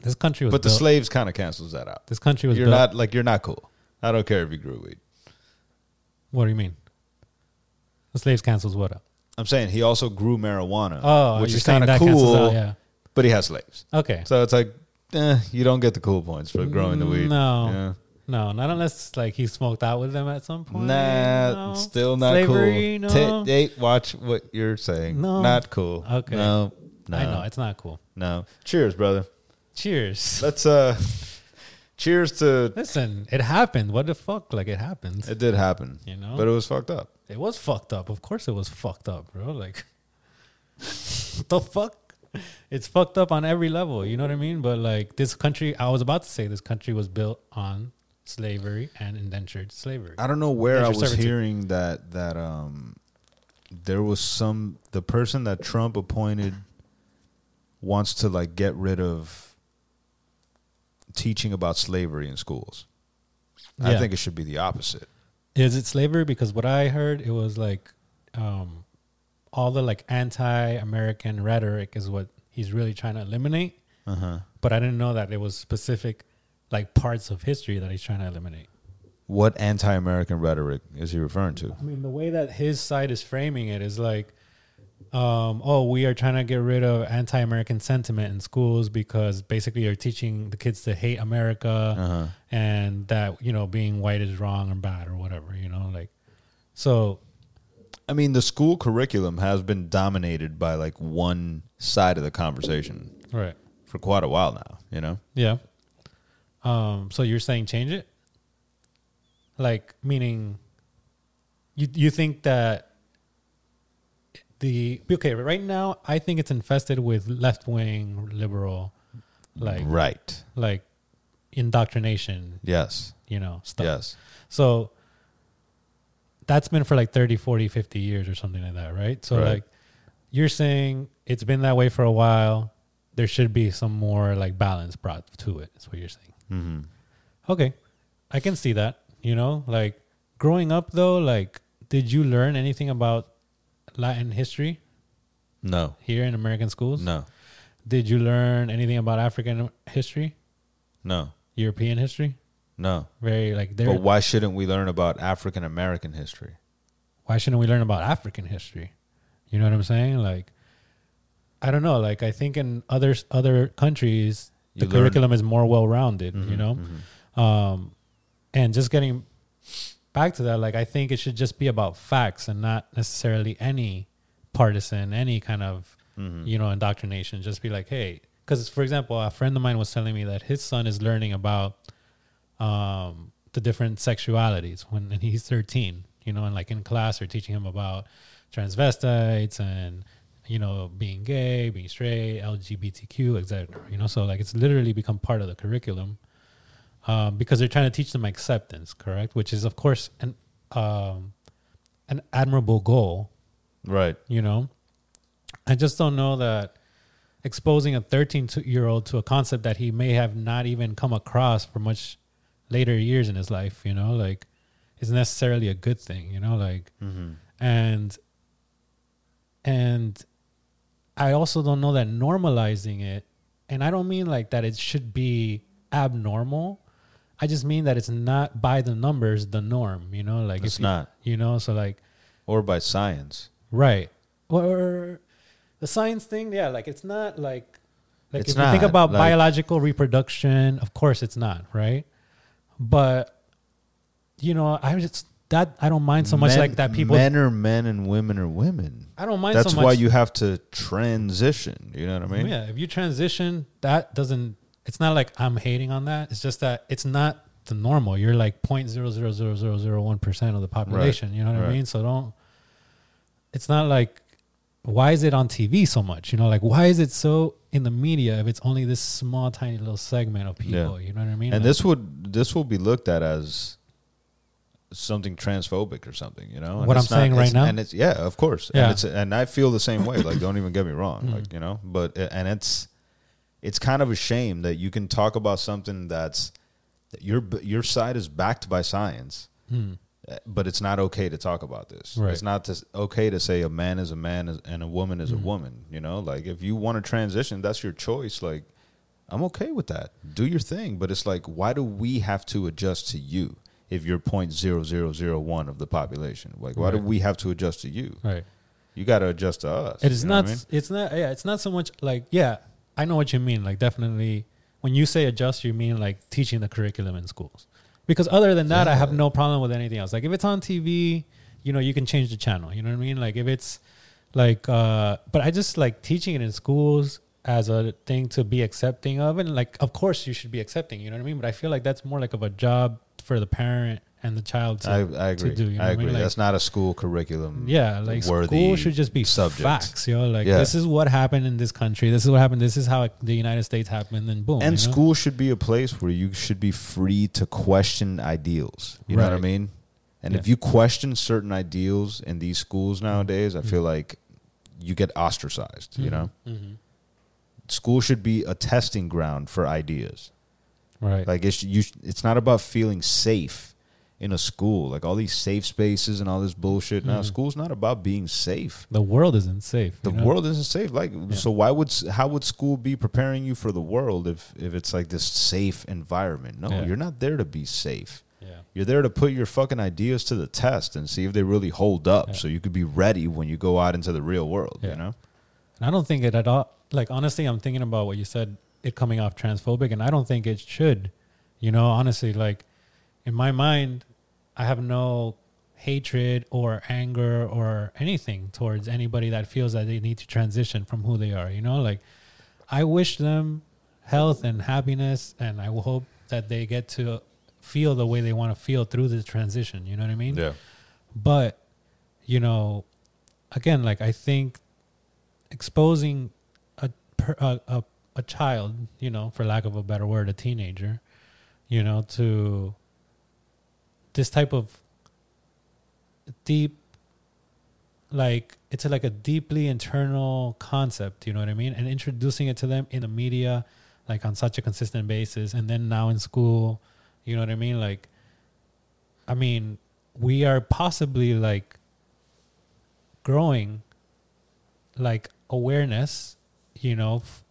this country was. But the built- slaves kind of cancels that out. This country was. You're built- not like you're not cool. I don't care if you grew weed. What do you mean? The slaves cancels what? out? I'm saying he also grew marijuana, Oh, which you're is saying kind of that cancels cool. out, yeah. But he has slaves, Okay. so it's like eh, you don't get the cool points for growing the weed. No. Yeah. No, not unless like he smoked out with them at some point. Nah, No. still not Slavery, cool. No. T- hey, watch what you're saying. No. Not cool. Okay. No. No. I know it's not cool. No. Cheers, brother. Cheers. Let's uh cheers to Listen, it happened. What the fuck? Like it happened. it did happen. You know? But it was fucked up. It was fucked up. Of course, it was fucked up, bro. Like the fuck. It's fucked up on every level, you know what I mean? But like this country, I was about to say this country was built on slavery and indentured slavery. I don't know where I Indentured was servitude. hearing that that um there was some the person that Trump appointed wants to like get rid of teaching about slavery in schools. I Yeah. think it should be the opposite. Is it slavery? Because what I heard, it was like um, all the like anti-American rhetoric is what he's really trying to eliminate. Uh-huh. But I didn't know that it was specific, like parts of history that he's trying to eliminate. What anti-American rhetoric is he referring to? I mean, the way that his side is framing it is like, um, oh, we are trying to get rid of anti-American sentiment in schools because basically you're teaching the kids to hate America Uh-huh. and that you know being white is wrong or bad or whatever. You know, like so. I mean, the school curriculum has been dominated by like one side of the conversation Right. for quite a while now. You know, Yeah. Um, so you're saying change it? Like meaning you you think that the okay, right now I think it's infested with left wing liberal like right. like indoctrination, Yes. you know, stuff. Yes. So that's been for like 30, 40, 50 years or something like that, right? So Right. like you're saying it's been that way for a while. There should be some more like balance brought to it. That's what you're saying. Mm-hmm. Okay. I can see that, you know? Like growing up though, like did you learn anything about Latin history No. here in American schools? No. Did you learn anything about African history, No. European history? No. Very like there But why shouldn't we learn about African American history? why shouldn't we learn about African history? You know what I'm saying? Like, I don't know. Like, I think in other other countries, You the learn- Mm-hmm, curriculum is more well rounded. you know, um, and just getting back to that, like, I think it should just be about facts and not necessarily any partisan, any kind of Mm-hmm. you know indoctrination. Just be like, hey, because for example, a friend of mine was telling me that his son is learning about um, the different sexualities when and he's 13 you know and like in class they're teaching him about transvestites and you know being gay being straight lgbtq etc you know so like it's literally become part of the curriculum um, because they're trying to teach them acceptance correct which is of course an um, an admirable goal Right. you know i just don't know that exposing a 13 to- year old to a concept that he may have not even come across for much later years in his life you know like is necessarily a good thing you know like Mm-hmm. and and i also don't know that normalizing it and i don't mean like that it should be abnormal i just mean that it's not by the numbers the norm you know like It's you- not. you know so like Or by science. Right. Or the science thing, yeah, like it's not like like It's if you think not, about like- biological reproduction, of course it's not, right? But you know, I just that I don't mind so much Men- like that people Men are men and women are women. I don't mind That's so much why you have to transition. You know what I mean? Yeah, if you transition, that doesn't it's not like I'm hating on that. It's just that it's not the normal. You're like point zero zero zero zero zero one percent of the population. You know what I right. mean? So don't it's not like why is it on TV so much? You know, like why is it so in the media if it's only this small tiny little segment of people? You know what I mean? And Like, this would this will be looked at as something transphobic or something, you know. And What I'm it's saying right it's- now? and it's yeah, of course, Yeah. Hmm. And, it's, and I feel the same way. Like, don't even get me wrong, like you know. But and it's it's kind of a shame that you can talk about something that's that your your side is backed by science, hmm, uh, but it's not okay to talk about this. Right. It's not to, okay to say a man is a man is- and a woman Mm-hmm. is a woman. You know, like if you want to transition, that's your choice. Like I'm okay with that. Do your thing, but it's like, why do we have to adjust to you if you're point zero zero zero one of the population? Like, why do Right. we have to adjust to you? right. You got to adjust to us. It is you know what not. I mean? It's not. Yeah, it's not so much like. Yeah, I know what you mean. Like definitely, when you say adjust, you mean like teaching the curriculum in schools. Because other than that, I have no problem with anything else. Like if it's on TV, you know, you can change the channel. You know what I mean? Like if it's like, uh but I just like teaching it in schools as a thing to be accepting of, and like, of course, you should be accepting. You know what I mean? But I feel like that's more like of a job for the parent and the child to, I, I agree. to do. You know I what agree. mean? Like, That's not a school curriculum. yeah, like worthy school should just be subject. facts, yo. Like Yeah. this is what happened in this country. This is what happened. This is how the United States happened. And boom. And you know? school should be a place where you should be free to question ideals. You know what I Right. mean? And if Yeah. you question certain ideals in these schools nowadays, I Mm-hmm. feel like you get ostracized, you know? Mm-hmm. School should be a testing ground for ideas. right? Like it's you. It's not about feeling safe. in a school, like all these safe spaces and all this bullshit. Mm-hmm. Now, school's not about being safe. The world isn't safe. The you know? world isn't safe. Like, so why would s- how would school be preparing you for the world if if it's like this safe environment? No, Yeah. you're not there to be safe. Yeah. You're there to put your fucking ideas to the test and see if they really hold up, Yeah. so you could be ready when you go out into the real world. Yeah. You know, And I don't think it at all. Like honestly, I'm thinking about what you said. It coming off transphobic, and I don't think it should. You know, honestly, like in my mind, I have no hatred or anger or anything towards anybody that feels that they need to transition from who they are. You know, like I wish them health and happiness, and I will hope that they get to feel the way they want to feel through this transition. You know what I mean? but you know again like i think exposing a per, a, a a child you know for lack of a better word a teenager you know to this type of deep like it's like a deeply internal concept you know what i mean and introducing it to them in the media like on such a consistent basis and then now in school you know what i mean like i mean we are possibly like growing like awareness you know f-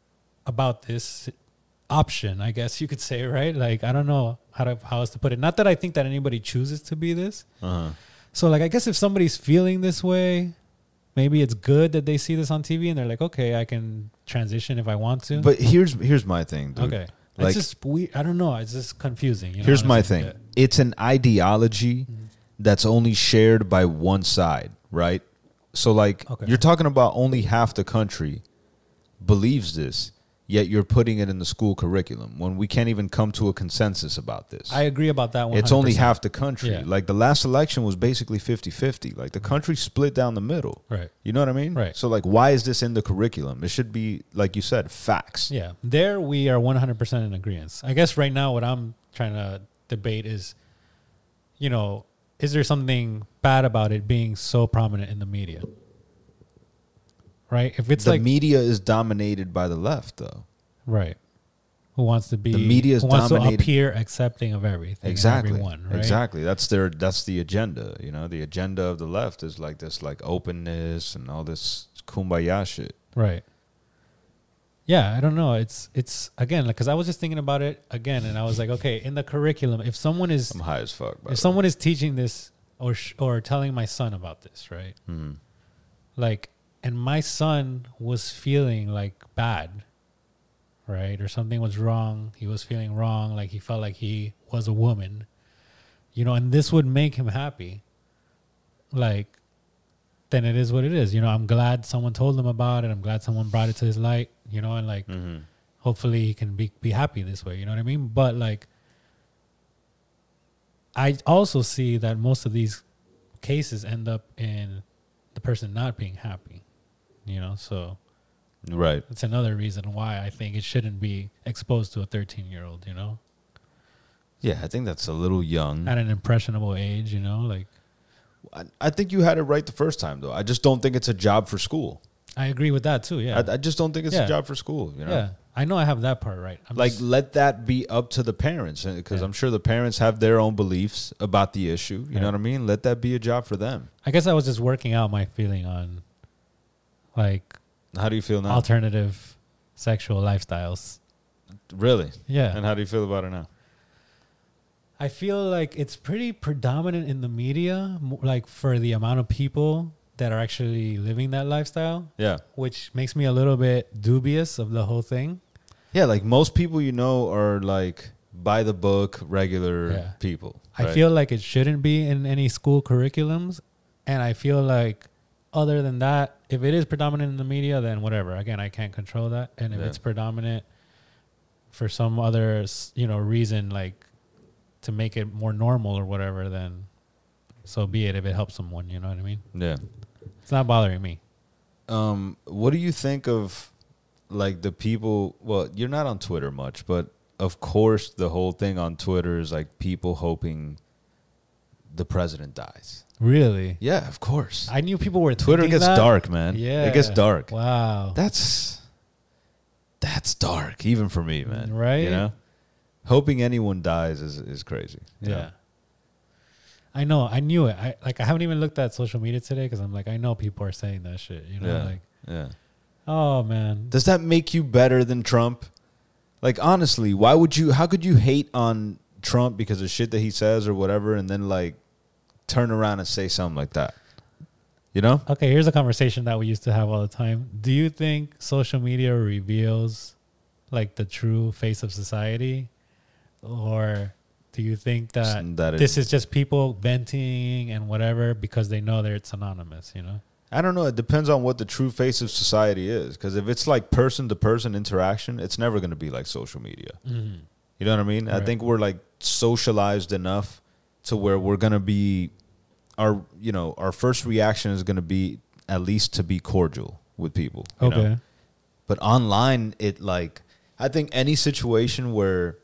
about this option i guess you could say right like i don't know how to how else to put it not that i think that anybody chooses to be this uh-huh. so like I guess if somebody's feeling this way, maybe it's good that they see this on TV and they're like, okay, I can transition if I want to. But here's here's my thing, dude. okay, like- it's just weird. I don't know. It's just confusing. You know, Here's my honestly. thing. It's an ideology Mm-hmm. that's only shared by one side, right? So like Okay. you're talking about only half the country believes this, yet you're putting it in the school curriculum when we can't even come to a consensus about this. I agree about that one. it's only half the country. Yeah. Mm-hmm. Like the last election was basically 50-50. Like the country split down the middle. Right. You know what I mean? Right. So like why is this in the curriculum? It should be like you said, facts. Yeah, there we are 100% in agreement. I guess right now what I'm trying to debate is, you know, is there something bad about it being so prominent in the media? Right. If it's the like media is dominated by the left though. Right. Who wants to be The media is who wants to dominated- appear accepting of everything and exactly everyone, right? exactly that's their that's the agenda you know the agenda of the left is like this like openness and all this kumbaya shit Right. Yeah, I don't know. It's it's again like cuz I was just thinking about it again and I was like, okay, in the curriculum, if someone is i'm high as fuck by if the way. someone is teaching this or sh- or telling my son about this, right? Mhm. Like and my son was feeling like bad, right? Or something was wrong. He was feeling wrong, like he felt like he was a woman. You know, and this would make him happy. Like then it is what it is. You know, I'm glad someone told him about it. I'm glad someone brought it to his light, you know, and like hopefully he can be be happy this way, you know what I mean? But like I also see that most of these cases end up in the person not being happy. You know, so right that's another reason why I think it shouldn't be exposed to a 13 year old, you know, yeah i think that's a little young at an impressionable age, you know, like I, I think you had it right the first time though i just don't think it's a job for school I agree with that too. Yeah. I, I just don't think it's Yeah. a job for school you know Yeah. I know I have that part right. I'm like just- let that be up to the parents because Yeah. i'm sure the parents have their own beliefs about the issue you Yeah. know what i mean let that be a job for them I guess I was just working out my feeling on like how do you feel now alternative sexual lifestyles. really Yeah. and how do you feel about it now I feel like it's pretty predominant in the media, mo- like for the amount of people that are actually living that lifestyle, yeah which makes me a little bit dubious of the whole thing. Yeah, like most people you know are like by the book regular Yeah. people. I right? feel like it shouldn't be in any school curriculums. And I feel like, other than that, if it is predominant in the media, then whatever. Again, I can't control that. And if Yeah. it's predominant for some other, s- you know, reason, like to make it more normal or whatever, then so be it if it helps someone. You know what I mean? yeah. It's not bothering me. Um, what do you think of like the people? Well, you're not on Twitter much, but of course the whole thing on Twitter is like people hoping the president dies. Really? Yeah, of course. I knew people were Twitter thinking gets that. dark, man. Yeah, it gets dark. Wow. That's that's dark, even for me, man. Right? You know, hoping anyone dies is is crazy. yeah. I know, I knew it. I like I haven't even looked at social media today because I'm like, I know people are saying that shit. You know, Yeah. like Yeah. oh man, Does that make you better than Trump? Like honestly, why would you how could you hate on Trump because of shit that he says or whatever and then like turn around and say something like that? You know? Okay, here's a conversation that we used to have all the time. Do you think social media reveals like the true face of society? Or do you think that, That it- Uh, this is just people venting and whatever because they know that it's anonymous, you know? I don't know, it depends on what the true face of society is cuz if it's like person to person interaction, it's never going to be like social media. You know what I mean? I Mm-hmm. Right. think we're like socialized enough to where we're gonna be our you know our first reaction is gonna be at least to be cordial with people. you know? Okay. But online, it like I think any situation where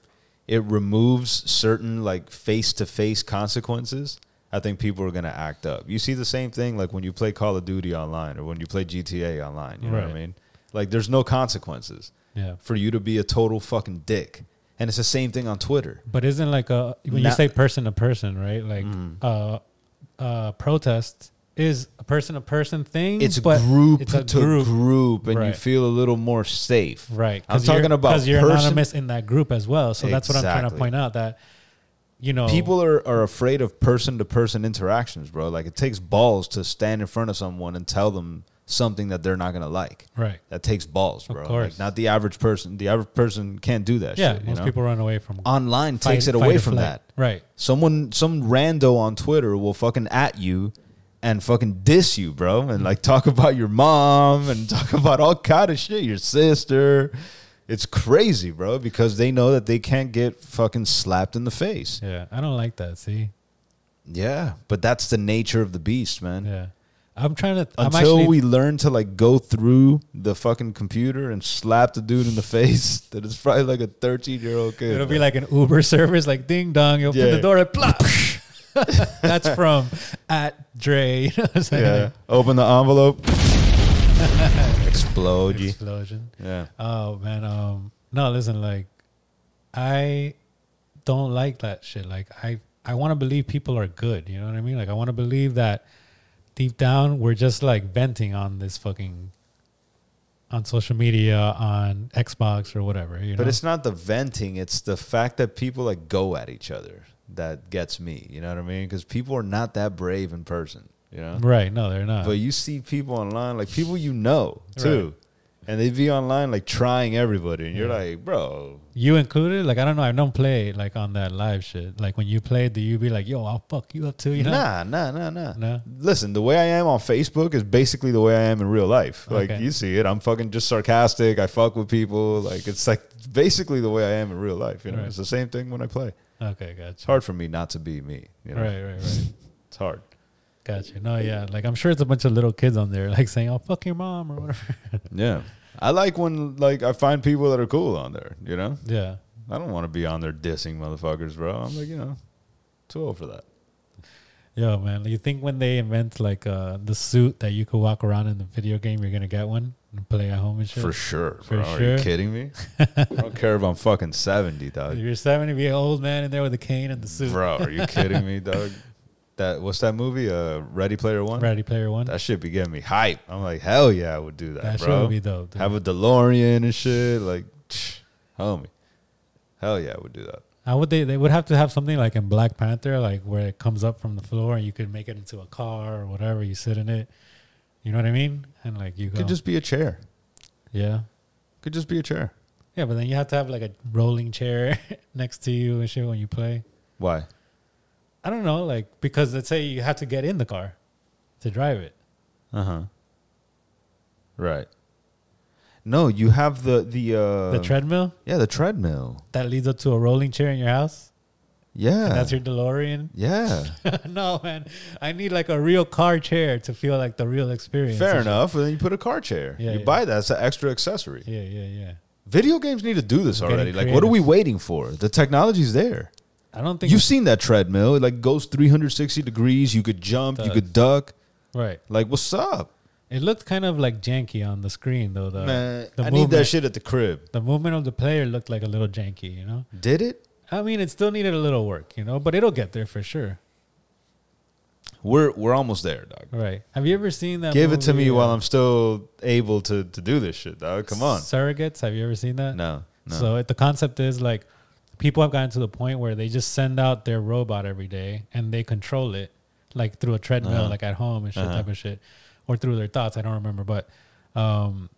it removes certain like face to face consequences, I think people are gonna act up. You see the same thing like when you play Call of Duty online or when you play GTA online. You know what I Right. mean? Like there's no consequences Yeah. for you to be a total fucking dick, and it's the same thing on Twitter. But isn't like a when you Not- say person to person, right? Like Mm. uh uh protest is a person to person thing. It's but group it's a to group. group, and you Right. feel a little more safe. Right. I'm talking about because you're person- anonymous in that group as well. So that's what I'm trying to Exactly. point out that you know People are, are afraid of person to person interactions, bro. Like it takes balls to stand in front of someone and tell them something that they're not gonna like. right. That takes balls, Of bro. course. Like not the average person. The average person can't do that Yeah, shit. you most know? people run away from online fight- takes it fight away or from flight. that. Right. Someone some rando on Twitter will fucking at you and fucking diss you, bro, and like talk about your mom and talk about all kind of shit, your sister. It's crazy, bro, because they know that they can't get fucking slapped in the face. Yeah, I don't like that. See, Yeah, but that's the nature of the beast, man. yeah, I'm trying to. I'm Until actually, we learn to like go through the fucking computer and slap the dude in the face, that is probably like a thirteen-year-old kid. it'll bro. be like an Uber service, like ding dong. You'll put Yeah. the door at plop. That's from at Dre. You know what I'm saying? Yeah. Open the envelope. Explode. you. Explosion. Yeah. Oh man, um no, listen, like I don't like that shit. Like I I want to believe people are good, you know what I mean? Like I want to believe that deep down we're just like venting on this fucking on social media, on Xbox or whatever, you But know. it's not the venting, it's the fact that people like go at each other that gets me. You know what I mean? Because people are not that brave in person, you know? right, no, they're not. But you see people online, like people you know too. And they be online like trying everybody. And you're like, bro, you included? Like I don't know, I don't play like on that live shit. Like when you play, do you be like, "Yo, I'll fuck you up too," you know? nah, nah, nah, nah. No? Listen, the way I am on Facebook is basically the way I am in real life. Like Okay. you see it, I'm fucking just sarcastic. I fuck with people. Like it's like basically the way I am in real life. You know, Right. it's the same thing when I play. Okay, It's gotcha. hard for me not to be me. You know, Right, right, right. it's hard. Gotcha. No, yeah. Like I'm sure it's a bunch of little kids on there, like saying, "Oh, fuck your mom" or whatever. Yeah. I like when like I find people that are cool on there, you know? yeah. I don't want to be on there dissing motherfuckers, bro. I'm like, you know, too old for that. Yo, man. You think when they invent like uh the suit that you could walk around in the video game, you're gonna get one and play at home and shit? For sure, For bro. Are sure. you kidding me? I don't care if I'm fucking 70, If dog. You're 70, be an old man in there with a cane and the suit. Bro, are you kidding me, dog? That what's that movie? Uh Ready Player One? Ready Player One. That shit be getting me hype. I'm like, hell yeah, I would do that, That shit bro. would be dope. dude. Have a DeLorean and shit. Like, homie. Hell yeah, I would do that. How would they? They would have to have something like in Black Panther, like where it comes up from the floor and you could make it into a car or whatever. You sit in it. You know what I mean? And like you go. Could just be a chair. yeah. Could just be a chair. Yeah, but then you have to have like a rolling chair next to you and shit when you play. Why? I don't know, like because let's say you have to get in the car to drive it. Uh huh. Right. No, you have the the uh, the treadmill yeah the treadmill. that leads up to a rolling chair in your house. Yeah. And that's your DeLorean. yeah. no, man, I need like a real car chair to feel like the real experience. Fair enough. And then you put a car chair. Yeah, you yeah. buy that. It's an extra accessory. Yeah, yeah, yeah. Video games need to do this Getting already. Like, what are we creative. waiting for? The technology's there. I don't think You've seen that treadmill. It like goes 360 degrees. You could jump. You could duck. right. Like, what's up, It looked kind of like janky on the screen though. The man? Uh, the I movement, need that shit at the crib. The movement of the player looked like a little janky, you know. Did it? I mean, it still needed a little work, you know, but it'll get there for sure. We're we're almost there, dog. Right. Have you ever seen that? Give it to movie, me uh, while I'm still able to to do this shit, dog. Come on. Surrogates. Have you ever seen that? No. No. So it, the concept is like people have gotten to the point where they just send out their robot every day and they control it like through a treadmill, Uh-huh. like at home and shit Uh-huh. type of shit, or through their thoughts. I don't remember, but um,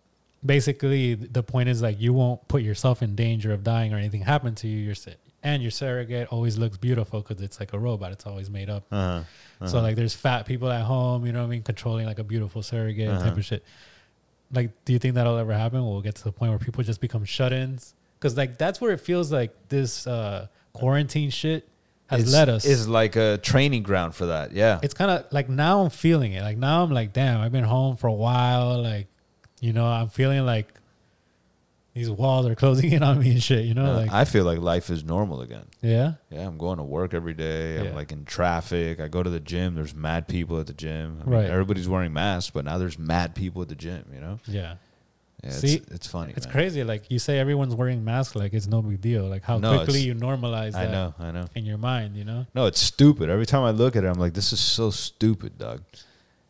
basically th- the point is like you won't put yourself in danger of dying or anything happen to you. Your sur- and your surrogate always looks beautiful because it's like a robot. It's always made up. uh-huh. So like there's fat people at home, you know what I mean, controlling like a beautiful surrogate type Uh-huh. of shit. Like, do you think that'll ever happen? We'll get to the point where people just become shut-ins because like that's where it feels like this uh, quarantine shit has It's- led us. It's like a training ground for that. Yeah. it's kind of like now I'm feeling it. Like now I'm like, damn, I've been home for a while. Like, you know, I'm feeling like these walls are closing in on me and shit. You know, Uh, like I feel like life is normal again. yeah, Yeah, I'm going to work every day. I'm Yeah. like in traffic. I go to the gym. There's mad people at the gym. I mean, Right. Everybody's wearing masks, but now there's mad people at the gym. You know. yeah. Yeah, See, it's, it's funny. It's man. crazy. Like you say, everyone's wearing masks. Like it's no big deal. Like how No, it's- quickly you normalize. I that. know. I know. in your mind, you know? No, it's stupid. Every time I look at it, I'm like, this is so stupid, dog.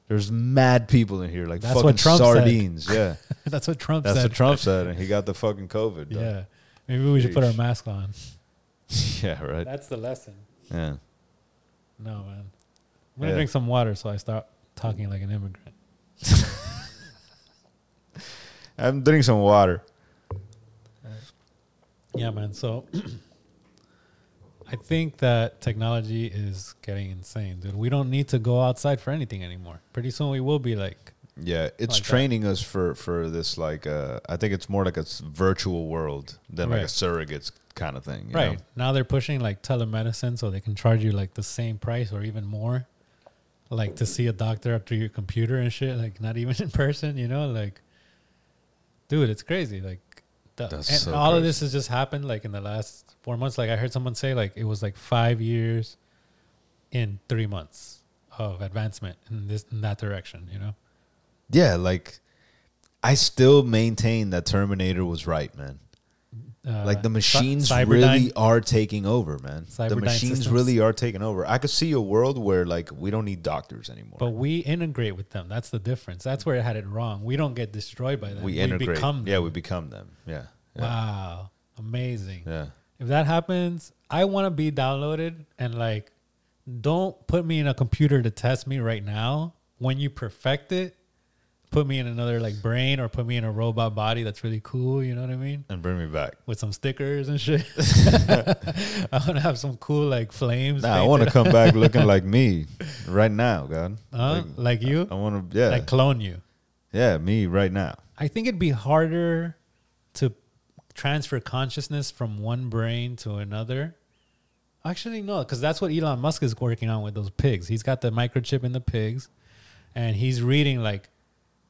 There's mad people in here, like That's fucking what Trump said. sardines. Yeah, That's what Trump that's said. what Trump said, and he got the fucking COVID. Dog. Yeah. Maybe we should put our Yeesh. mask on. yeah, right. That's the lesson. Yeah, No, man. I'm going to Yeah. drink some water so I start talking like an immigrant. I'm drinking some water. Yeah, man. So I think that technology is getting insane, dude. We don't need to go outside for anything anymore. Pretty soon we will be like, Yeah, it's Like that. training us for for this like uh I think it's more like a s- virtual world than like Right. a surrogates kind of thing. you right. know? Now they're pushing like telemedicine so they can charge you like the same price or even more. Like to see a doctor up through your computer and shit, like not even in person, you know? Like, dude, it's crazy. Like, the, That's and so all of this has just happened like in the last four months. Like, I heard someone say like it was like five years in three months of advancement in this in that direction, you know? Yeah, like I still maintain that Terminator was right, man. Uh, like the Cy- machines Cyberdyne- really are taking over, man. the Cyberdyne machines systems. really are taking over. I could see a world where like we don't need doctors anymore. But we integrate with them. That's the difference. That's where it had it wrong. We don't get destroyed by them. we integrate. become them. yeah, we become them. Yeah. Yeah. Wow. Amazing. Yeah. If that happens, I want to be downloaded and like, don't put me in a computer to test me right now. When you perfect it, put me in another like brain or put me in a robot body that's really cool. You know what I mean? And bring me back. With some stickers and shit. I want to have some cool like flames. Nah, I want to painted. come back looking like me right now, God. Huh? Like, you? I want to, yeah, Uh, Like clone you. yeah, me right now. I think it'd be harder to transfer consciousness from one brain to another. Actually, no, because that's what Elon Musk is working on with those pigs. He's got the microchip in the pigs, and he's reading like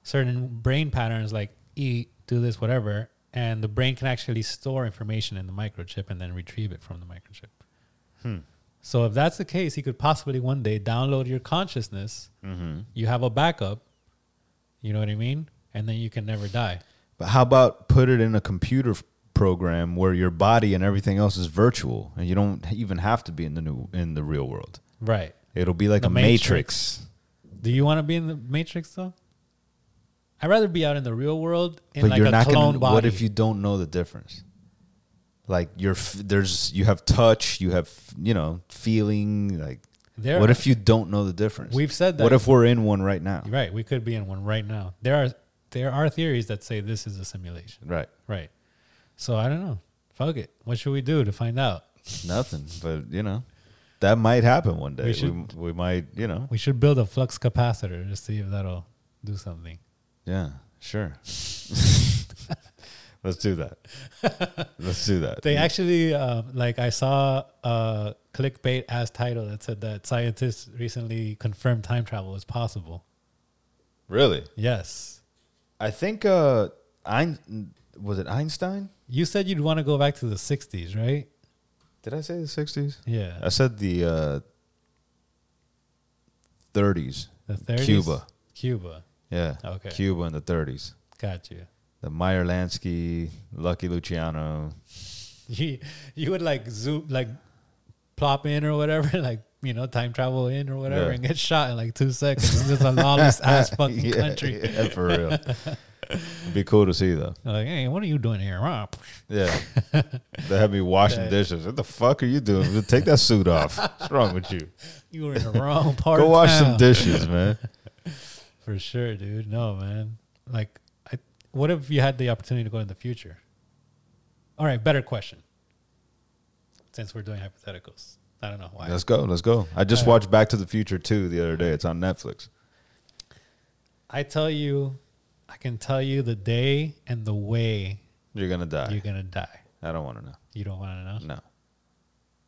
certain brain patterns, like eat, do this, whatever, and the brain can actually store information in the microchip and then retrieve it from the microchip. So if that's the case, he could possibly one day download your consciousness. You have a backup. You know what I mean? And then you can never die. But how about put it in a computer f- program where your body and everything else is virtual, and you don't even have to be in the new in the real world. Right. It'll be like The a matrix. Do you want to be in the Matrix though? I'd rather be out in the real world in But like you're a not clone gonna. body. What if you don't know the difference? Like you're f- there's you have touch, you have you know feeling. Like There- what if you don't know the difference? We've said What that. if we're in one right now? Right, we could be in one right now. There are there are theories that say this is a simulation. Right. Right. So I don't know. Fuck it. What should we do to find out? Nothing. But you know, that might happen one day. We, should- we might. You know. We should build a flux capacitor to see if that'll do something. Yeah, sure. Let's do that. Let's do that. They actually um, like I saw a clickbait ass title that said that scientists recently confirmed time travel is possible. really. Yes. I think uh, Ein was it Einstein? You said you'd want to go back to the 60s, right? Did I say the sixties? Yeah. I said the uh, 30s. the 30s. Cuba. Cuba. Yeah. Okay. Cuba in the 30s. Got you. The Meyer Lansky, Lucky Luciano. You, you would like zoom, like plop in or whatever, like you know, time travel in or whatever Yeah. and get shot in like two seconds. It's just a lawless ass fucking yeah, country. yeah, for real. It'd be cool to see though. Like, hey, what are you doing here? Huh? Yeah, they have me washing That- dishes. What the fuck are you doing? Take that suit off. What's wrong with you? You were in the wrong part. Go of wash some town. dishes, man. For sure, dude. No, man. Like, I, what if you had the opportunity to go in the future? All right, better question. Since we're doing hypotheticals, I don't know why. Let's go. Let's go. I just watched Back to the Future 2 the other day. It's on Netflix. I tell you, I can tell you the day and the way You're gonna die. you're gonna die. I don't want to know. You don't want to know.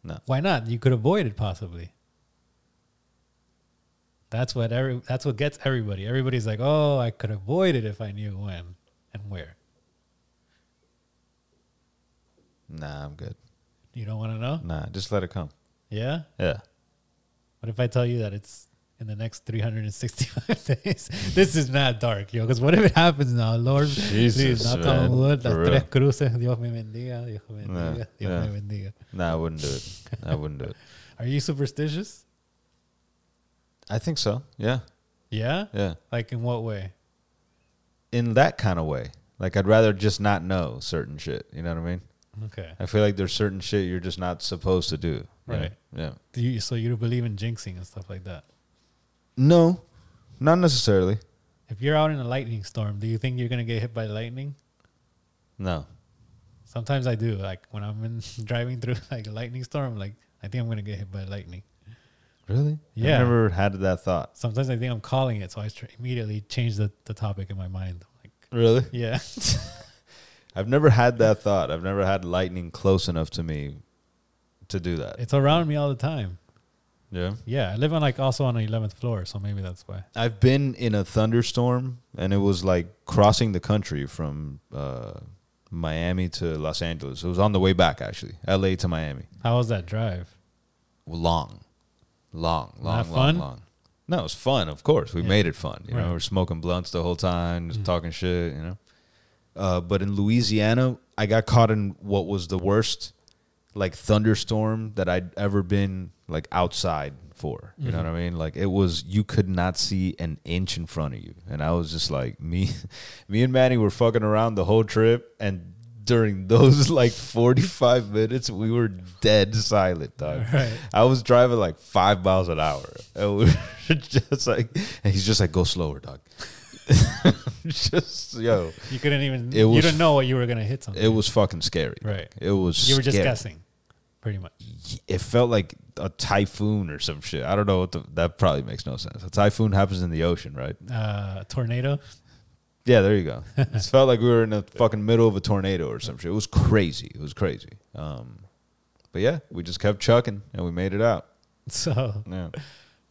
No. Why not? You could avoid it possibly. That's what every. That's what gets everybody. Everybody's like, "Oh, I could avoid it if I knew when and where." Nah, I'm good. You don't want to know. Nah, just let it come. Yeah. Yeah. What if I tell you that it's in the next 365 days? This is not dark, yo. Because what if it happens now, Lord? Jesus, knock man. on wood. For Las real. tres cruces. Dios me bendiga. Dios me bendiga. Dios Yeah, me bendiga. Nah, I wouldn't do it. I wouldn't do it. Are you superstitious? I think so. Yeah. Yeah. Yeah. Like in what way? In that kind of way. Like I'd rather just not know certain shit. You know what I mean? Okay. I feel like there's certain shit you're just not supposed to do. you know? Right. Yeah. Do you, so you don't believe in jinxing and stuff like that. No. Not necessarily. If you're out in a lightning storm, do you think you're gonna get hit by lightning? No. Sometimes I do. Like when I'm in driving through like a lightning storm, like I think I'm gonna get hit by lightning. Really? Yeah. I never had that thought. Sometimes I think I'm calling it, so I tr- immediately change the, the topic in my mind. Like, Really? yeah, I've never had that thought. I've never had lightning close enough to me to do that. it's around me all the time. yeah. Yeah, I live on like also on the eleventh floor, so maybe that's why. I've been in a thunderstorm, and it was like crossing the country from uh, Miami to Los Angeles. It was on the way back, actually, LA to Miami. How was that drive? Long, long, long, Not long, fun? long. No, it was fun. Of course, we Yeah. made it fun. You know, Right. Mm. we we're smoking blunts the whole time, just talking shit. You know, uh, but in Louisiana, I got caught in what was the worst like thunderstorm that I'd ever been like outside for. You Mm. know what I mean? Like it was you could not see an inch in front of you. And I was just like me me and Manny were fucking around the whole trip and during those like 45 minutes we were dead silent dog. Right. I was driving like 5 miles an hour. And we were just like and he's just like go slower, dog. just yo. You couldn't even. It you was- didn't know what you were gonna hit something. It was fucking scary. Right. It was you were just scary guessing, pretty much. it felt like a typhoon or some shit. I don't know what the, that probably makes no sense. A typhoon happens in the ocean, right? Uh, tornado. Yeah, there you go. it felt like we were in the fucking middle of a tornado or some shit. It was crazy. It was crazy. Um, but yeah, we just kept chucking and we made it out. So Yeah.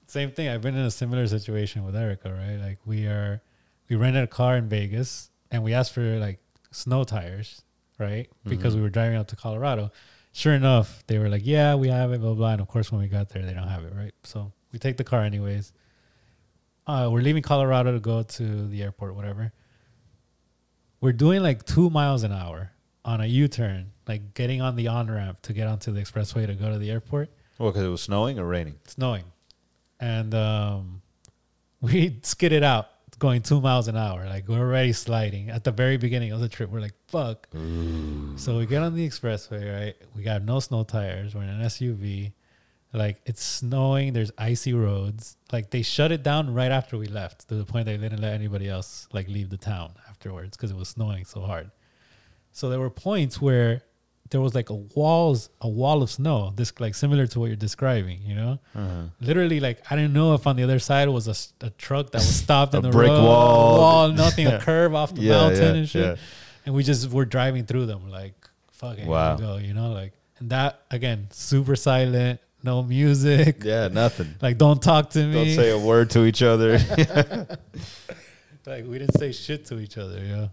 same thing. I've been in a similar situation with Erica, right? Like we are, we rented a car in Vegas and we asked for like snow tires, right? Because we were driving up to Colorado. Sure enough, they were like, "Yeah, we have it, blah blah." And of course, when we got there, they don't have it, right? So we take the car anyways. Uh, we're leaving Colorado to go to the airport, whatever. We're doing like two miles an hour on a U-turn, like getting on the on ramp to get onto the expressway to go to the airport Well, because it was snowing or raining. snowing, and um, we skidded out going two miles an hour. Like we're already sliding at the very beginning of the trip. We're like, fuck. So we get on the expressway, right? We got no snow tires. We're in an SUV. Like it's snowing. There's icy roads. Like they shut it down right after we left to the point they didn't let anybody else like leave the town afterwards because it was snowing so hard. So there were points where there was like a walls, a wall of snow, this like similar to what you're describing, you know. Uh-huh. Literally, like I didn't know if on the other side was a s- a, truck that was stopped A on the brick road, wall. wall, nothing, a curve off the Yeah, mountain yeah, and shit. yeah. And we just were driving through them, like fucking Wow. wow. go, you know, like and that again, super silent, no music, Yeah, nothing. like don't talk to me, Don't say a word to each other. Like we didn't say shit to each other, yeah.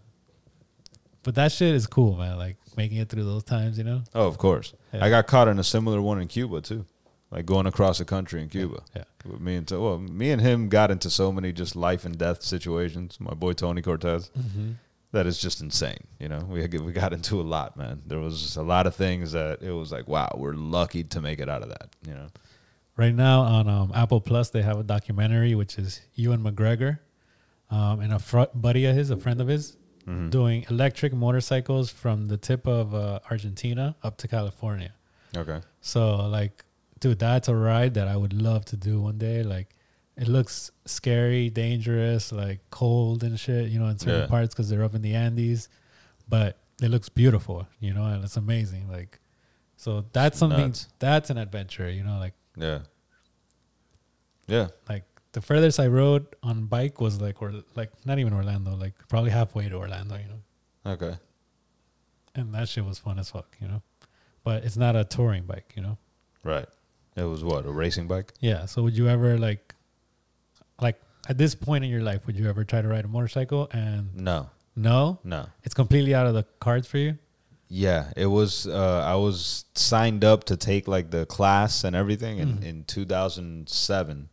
But that shit is cool, man. Like making it through those times, you know. oh, of course. Yeah. I got caught in a similar one in Cuba too. Like going across the country in Cuba. Yeah. With me and well, me and him got into so many just life and death situations. My boy Tony Cortez, Mm-hmm. That is just insane. You know, we we got into a lot, man. There was just a lot of things that it was like, wow, we're lucky to make it out of that. You know, Right now on um, Apple Plus, they have a documentary which is Ewan McGregor um, and a fr- buddy of his, a friend of his, Mm-hmm. doing electric motorcycles from the tip of uh, Argentina up to California. Okay. So like, dude, that's a ride that I would love to do one day. Like, it looks scary, dangerous, like cold and shit. You know, in certain Yeah. parts because they're up in the Andes, but it looks beautiful. You know, and it's amazing. Like, so that's something nuts. that's an adventure. You know, like Yeah. Yeah. like the furthest I rode on bike was like or like not even Orlando, like probably halfway to Orlando. You know, Okay. and that shit was fun as fuck. You know, but it's not a touring bike. You know. Right. It was what a racing bike. Yeah. So would you ever like, like at this point in your life, would you ever try to ride a motorcycle? And No. no, No. it's completely out of the cards for you. Yeah, it was. Uh, I was signed up to take like the class and everything in, Mm-hmm. in 2007,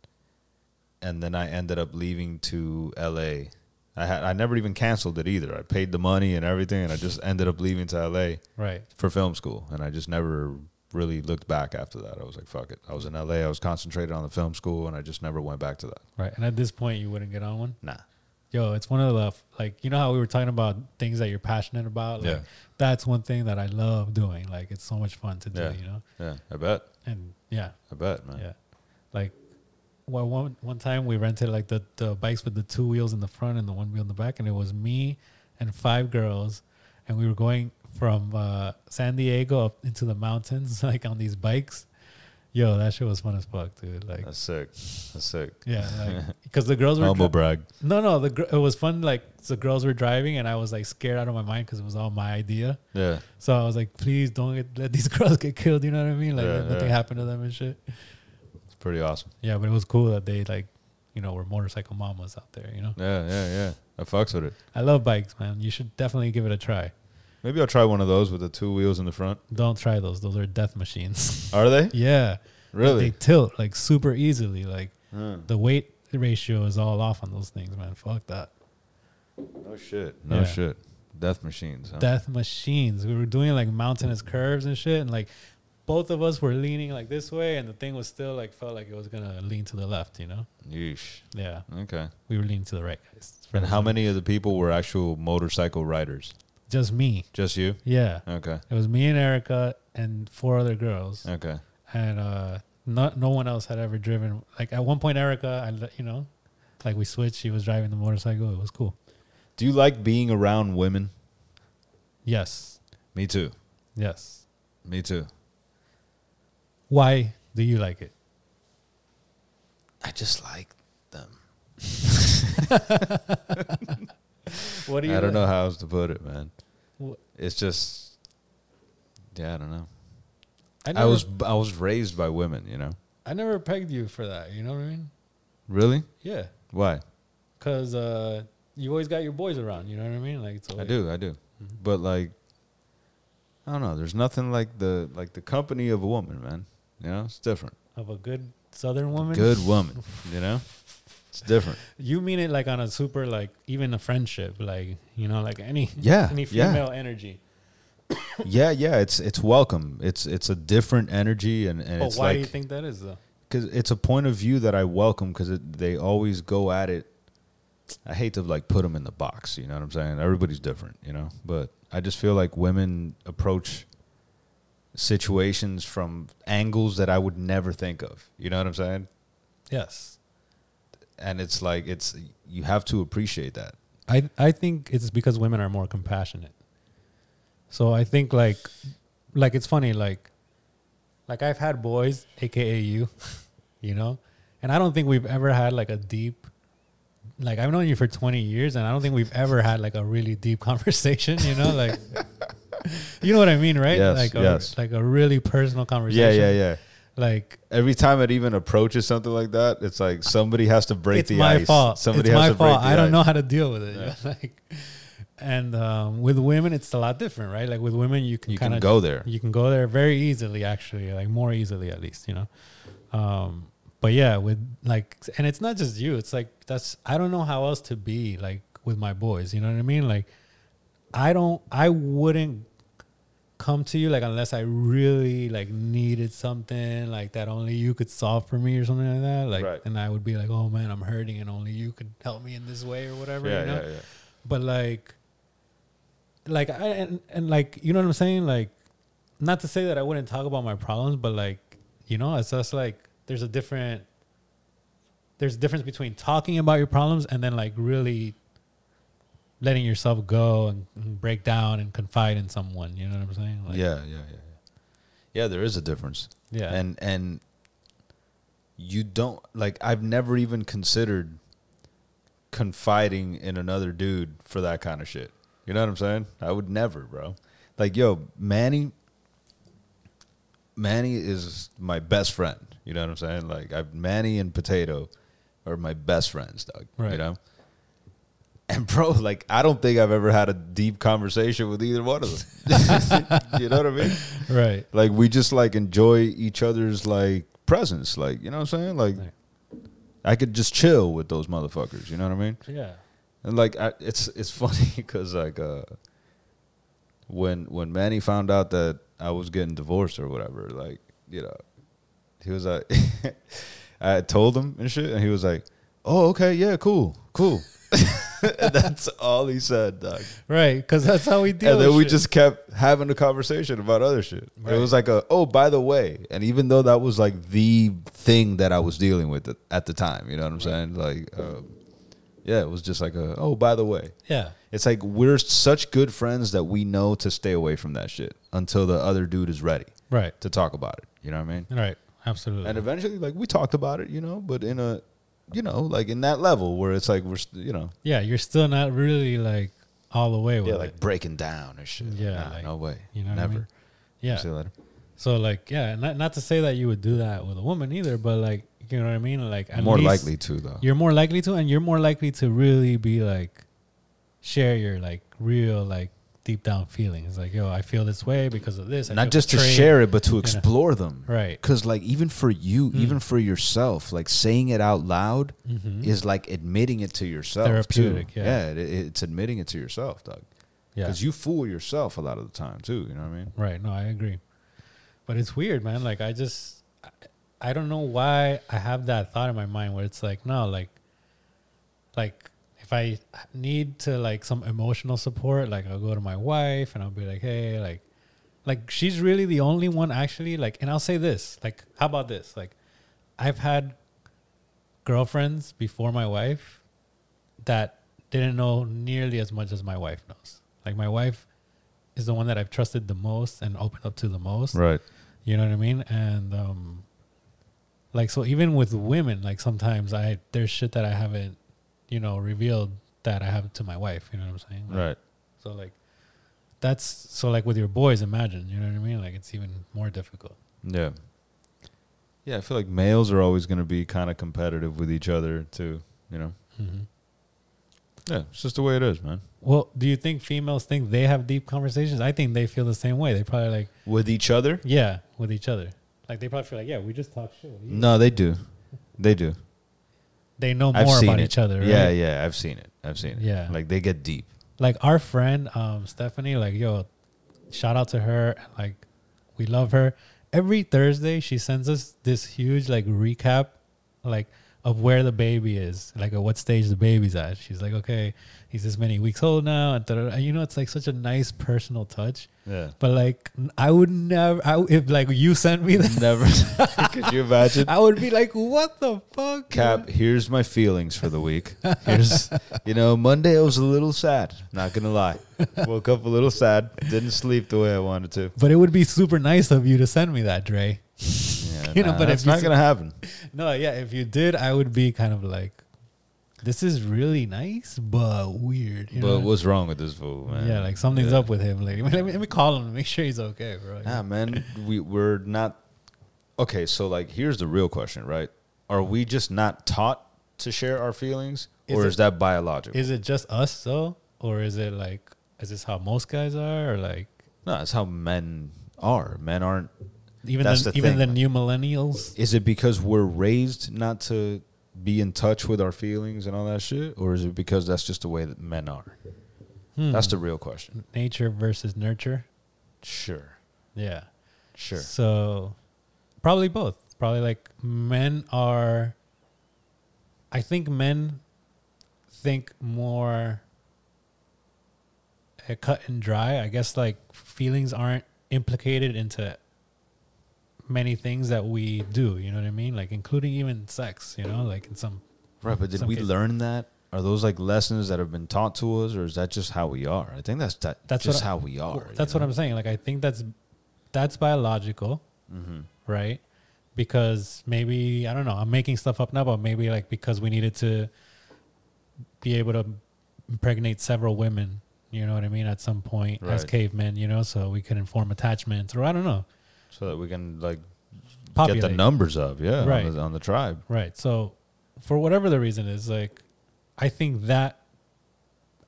and then I ended up leaving to LA. I had I never even canceled it either. I paid the money and everything, and I just ended up leaving to LA Right. for film school, and I just never really looked back after that. I was like, fuck it. I was in LA. I was concentrated on the film school, and I just never went back to that. Right. And at this point, you wouldn't get on one. Nah. Yo, it's one of the like you know how we were talking about things that you're passionate about. Like, Yeah. That's one thing that I love doing. Like it's so much fun to do. Yeah. You know. Yeah, I bet. And yeah, I bet, man. yeah. Like. Well, one one time we rented like the, the bikes with the two wheels in the front and the one wheel in the back, and it was me and five girls, and we were going from uh, San Diego up into the mountains like on these bikes. Yo, that shit was fun as fuck, dude. Like, That's sick. That's sick. yeah, like because the girls were Humble dri- brag. no, no, the gr- it was fun. Like the girls were driving, and I was like scared out of my mind because it was all my idea. Yeah. So I was like, please don't get, let these girls get killed. You know what I mean? Like Yeah, let nothing yeah. happened to them and shit. It's pretty awesome. Yeah, but it was cool that they like, you know, were motorcycle mamas out there. You know, Yeah, yeah, yeah. I fucks with it. I love bikes, man. You should definitely give it a try. Maybe I'll try one of those with the two wheels in the front. Don't try those; those are death machines. Are they yeah, really? they tilt like super easily. Like Huh. the weight ratio is all off on those things, man. Fuck that. No shit. No Yeah. shit. Death machines. Huh? Death machines. We were doing like mountainous curves and shit, and like both of us were leaning like this way, and the thing was still like felt like it was gonna lean to the left. You know? Yeesh. Yeah, Okay. we were leaning to the right, guys. And how many of the people were actual motorcycle riders? Just me. Just you? Yeah. Okay. It was me and Erica and four other girls, Okay. and uh, not no one else had ever driven. Like at one point, Erica, I let- you know, like we switched. She was driving the motorcycle. It was cool. Do you like being around women? Yes, Me too. yes. Me too. Why do you like it? I just like them. What do you? I don't know how else to put it, man. Wh- It's just Yeah, I don't know. I, I never, was I was raised by women, you know. I never pegged you for that. You know what I mean? Really? Yeah, Why? because uh, you always got your boys around. You know what I mean? Like it's I always- do, I do. Mm-hmm. But like, I don't know. There's nothing like the like the company of a woman, man. You know, it's different. of a good Southern woman. Good woman, you know, it's different. You mean it like on a super like even a friendship, like you know, like any Yeah, any yeah. female energy. Yeah, yeah. It's it's welcome. It's it's a different energy, and and But it's Oh, why like do you think that is though? because it's a point of view that I welcome because they always go at it. I hate to like put them in the box, you know what I'm saying? Everybody's different, you know. But I just feel like women approach situations from angles that I would never think of. You know what I'm saying? Yes, And it's like it's you have to appreciate that. I I think it's because women are more compassionate. So I think like like it's funny like like I've had boys, aka you, you know, and I don't think we've ever had like a deep like I've known you for 20 years and I don't think we've ever had like a really deep conversation, you know, like you know what I mean, right? Yes, like yes. a, like a really personal conversation. Yeah, yeah, yeah. Like Every time it even approaches something like that, it's like somebody has to break it's the my ice. fault. Somebody it's has my to fault. break the I don't ice. know how to deal with it. like, and um, with women, it's a lot different, right? Like with women, you can You kind can of go there. You can go there very easily, actually, like more easily, at least, you know. Um, but yeah, with like, and it's not just you. It's like that's I don't know how else to be like with my boys. You know what I mean? Like, I don't. I wouldn't come to you like unless I really like needed something like that only you could solve for me or something like that. Like Right. and I would be like, Oh man, I'm hurting and only you could help me in this way or whatever. yeah, you know? yeah, yeah. But like like I and, and like you know what I'm saying? Like not to say that I wouldn't talk about my problems, but like, you know, it's just like there's a different there's a difference between talking about your problems and then like really letting yourself go and, and break down and confide in someone. You know what I'm saying? Like, yeah, yeah, yeah, yeah. Yeah, there is a difference. Yeah. and and you don't like. I've never even considered confiding in another dude for that kind of shit. You know what I'm saying? I would never, bro. Like, yo, Manny, Manny is my best friend. You know what I'm saying? Like, I, Manny and Potato are my best friends, dog. Right. You know. And bro, like I don't think I've ever had a deep conversation with either one of them. you know what I mean? right. Like we just like enjoy each other's like presence. Like you know what I'm saying? Like Right. I could just chill with those motherfuckers. You know what I mean? Yeah. And like I, it's it's funny because like uh, when when Manny found out that I was getting divorced or whatever, like you know, he was like, I had told him and shit, and he was like, "Oh, okay, yeah, cool, cool." and that's all he said, dog. Right. Because that's how we deal. And then with we shit. just kept having a conversation about other shit. Right. It was like a oh, by the way, and even though that was like the thing that I was dealing with at- at the time, you know what I'm saying? Like, um, yeah, it was just like a oh, by the way. yeah. It's like we're such good friends that we know to stay away from that shit until the other dude is ready Right. to talk about it. You know what I mean? Right. Absolutely. And eventually, like we talked about it, you know, but in a, you know, like in that level where it's like we're, st- you know, yeah. You're still not really like all the way with yeah, it. like breaking down or shit. Yeah, Nah, like, no way, You know. never. What I mean? Yeah. See you later. So like yeah, not not to say that you would do that with a woman either, but like you know what I mean. Like at More least likely to though. you're more likely to, and you're more likely to really be like share your like real like deep down feelings. Like yo, I feel this way because of this. I not feel just to betrayed. share it but to explore them Right. Hmm. because like even for you even for yourself like saying it out loud is like admitting it to yourself too. Mm-hmm. Therapeutic, yeah. it, it's admitting it to yourself doug Yeah. because you fool yourself a lot of the time too you know what i mean Right. No, I agree. But it's weird, man. Like I just, I- I don't know why I have that thought in my mind where it's like, no, like, like if I need to like some emotional support, like I'll go to my wife and I'll be like, hey, like, like she's really the only one actually. Like, and I'll say this, like, how about this? Like, I've had girlfriends before my wife that didn't know nearly as much as my wife knows. Like my wife is the one that I've trusted the most and opened up to the most. right You know what I mean? And um like so even with women, like sometimes I there's shit that I haven't, you know, revealed that I have to my wife. You know what I'm saying? Like, right So like that's so like with your boys, imagine, you know what I mean? Like it's even more difficult. yeah yeah i feel like males are always going to be kind of competitive with each other too you know Mm-hmm. yeah it's just the way it is man Well, do you think females think they have deep conversations? I think they feel the same way. They probably like, with each other yeah, with each other. Like they probably feel like, yeah, we just talk shit. no they do they do They know i've more seen about it each other. Right? yeah yeah i've seen it i've seen it Yeah. like they get deep Like our friend um, Stephanie, like yo, shout out to her. Like we love her. Every Thursday, she sends us this huge like recap, like of where the baby is, like at what stage the baby's at. She's like, okay, he's this many weeks old now, and, da-da-da. and you know, it's like such a nice personal touch. yeah But like, I would never. I, if like you sent me that, Never. Could you imagine? I would be like, "What the fuck?" Cap, here's my feelings for the week. Here's, you know, Monday I was a little sad. Not gonna lie, woke up a little sad. Didn't sleep the way I wanted to. But it would be super nice of you to send me that, Dre. Yeah, You know, nah, but that's if you not s- gonna happen. No, yeah. If you did, I would be kind of like, "This is really nice, but weird." You but know? what's wrong with this fool, man? yeah, like something's up with him. Like, let me, let me call him to make sure he's okay, bro. Nah, man, we we're not. Okay, so like, here's the real question, right? Are we just not taught to share our feelings, Is or it- is that biological? Is it just us though, or is it like, is this how most guys are, or like no, that's how men are. Men aren't even That's the, the even thing, the like- new millennials? Is it because we're raised not to be in touch with our feelings and all that shit, or is it because Hmm. that's just the way that men are? That's the real question. Nature versus nurture. Sure. Yeah. Sure. So probably both. Probably like men are I think men think more uh, cut and dry. I guess like feelings aren't implicated into many things that we do, you know what I mean? Like including even sex, you know, like in some Right, but did some we case- learn that? Are those like lessons that have been taught to us, or is that just how we are? I think that's that, that's That's just what I- how we are. Well, that's what I'm saying. Like I think that's that's biological, Mm-hmm. right? Because maybe I don't know. I'm making stuff up now, but maybe like because we needed to be able to impregnate several women. You know what I mean? At some point, as Right. cavemen, you know, so we couldn't form attachments, or I don't know, so that we can like populate. get the numbers up, yeah, Right. on, the, on the tribe. Right. So, for whatever the reason is, like, I think that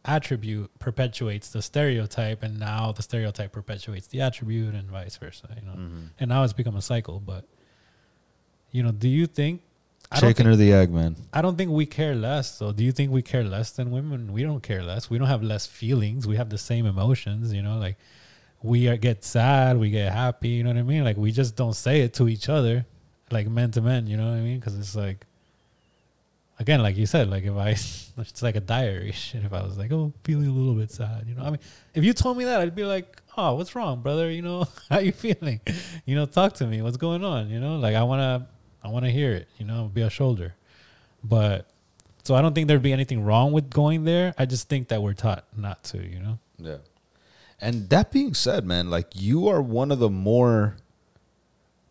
attribute perpetuates the stereotype, and now the stereotype perpetuates the attribute, and vice versa. You know, and now it's become a cycle. But you know, do you think? I don't Chicken think, or the egg, man? I don't think we care less. So, do you think we care less than women? We don't care less. We don't have less feelings. We have the same emotions. You know, like we are, get sad, we get happy. You know what I mean? Like we just don't say it to each other, like men to men. You know what I mean? Because it's like, again, like you said, like if I, it's like a diary shit. If I was like, oh, feeling a little bit sad. You know, I mean, if you told me that, I'd be like, oh, what's wrong, brother? You know, how you feeling? You know, talk to me. What's going on? You know, like I wanna, I wanna hear it. You know, be a shoulder but so I don't think there'd be anything wrong with going there. I just think that we're taught not to, you know. Yeah. And that being said, man, like you are one of the more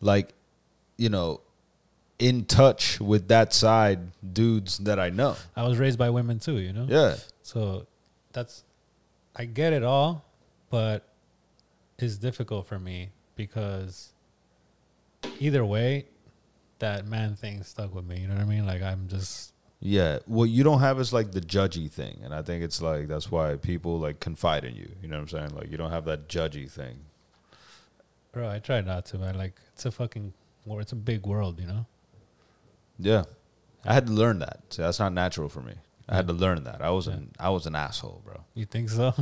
like you know in touch with that side dudes that I know. I was raised by women too, you know. Yeah. So that's I get it all, but it's difficult for me because either way, that man thing stuck with me. You know what I mean? Like I'm just Yeah. What you don't have is like the judgy thing. And I think it's like that's why people like confide in you. You know what I'm saying? Like you don't have that judgy thing. bro. I try not to, man. Like it's a fucking war. It's a big world, you know. Yeah. I had to learn that. See, that's not natural for me. I had to learn that. I was an I was an asshole, bro. You think so?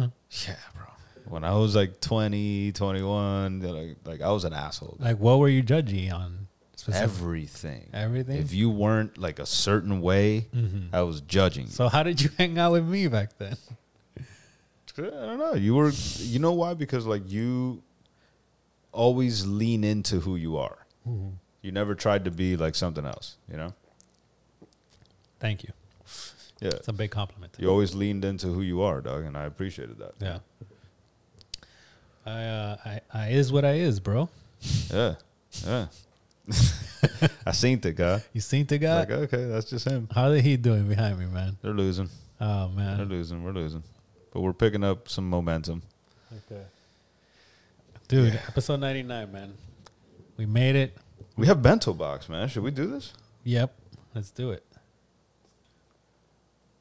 Yeah, bro. When I was like 20, 21, like, like I was an asshole. like what were you judgy on? specific- everything. Everything? Mm-hmm. If you weren't like a certain way, I was judging. you. So how did you hang out with me back then? I don't know. You were, you know why? Because like you always lean into who you are. Mm-hmm. You never tried to be like something else. You know? Thank you. Yeah. It's a big compliment. You always leaned into who you are, dog, and I appreciated that. Yeah. I, uh, I I is what I is, bro. Yeah, yeah. I seen the guy. You seen the guy? Like, okay, that's just him. How the he doing behind me, man? They're losing. Oh They're man, losing. We're losing. But we're picking up some momentum. dude. Episode ninety nine, man. We made it. We have bento box, man. Should we do this? Yep. Let's do it.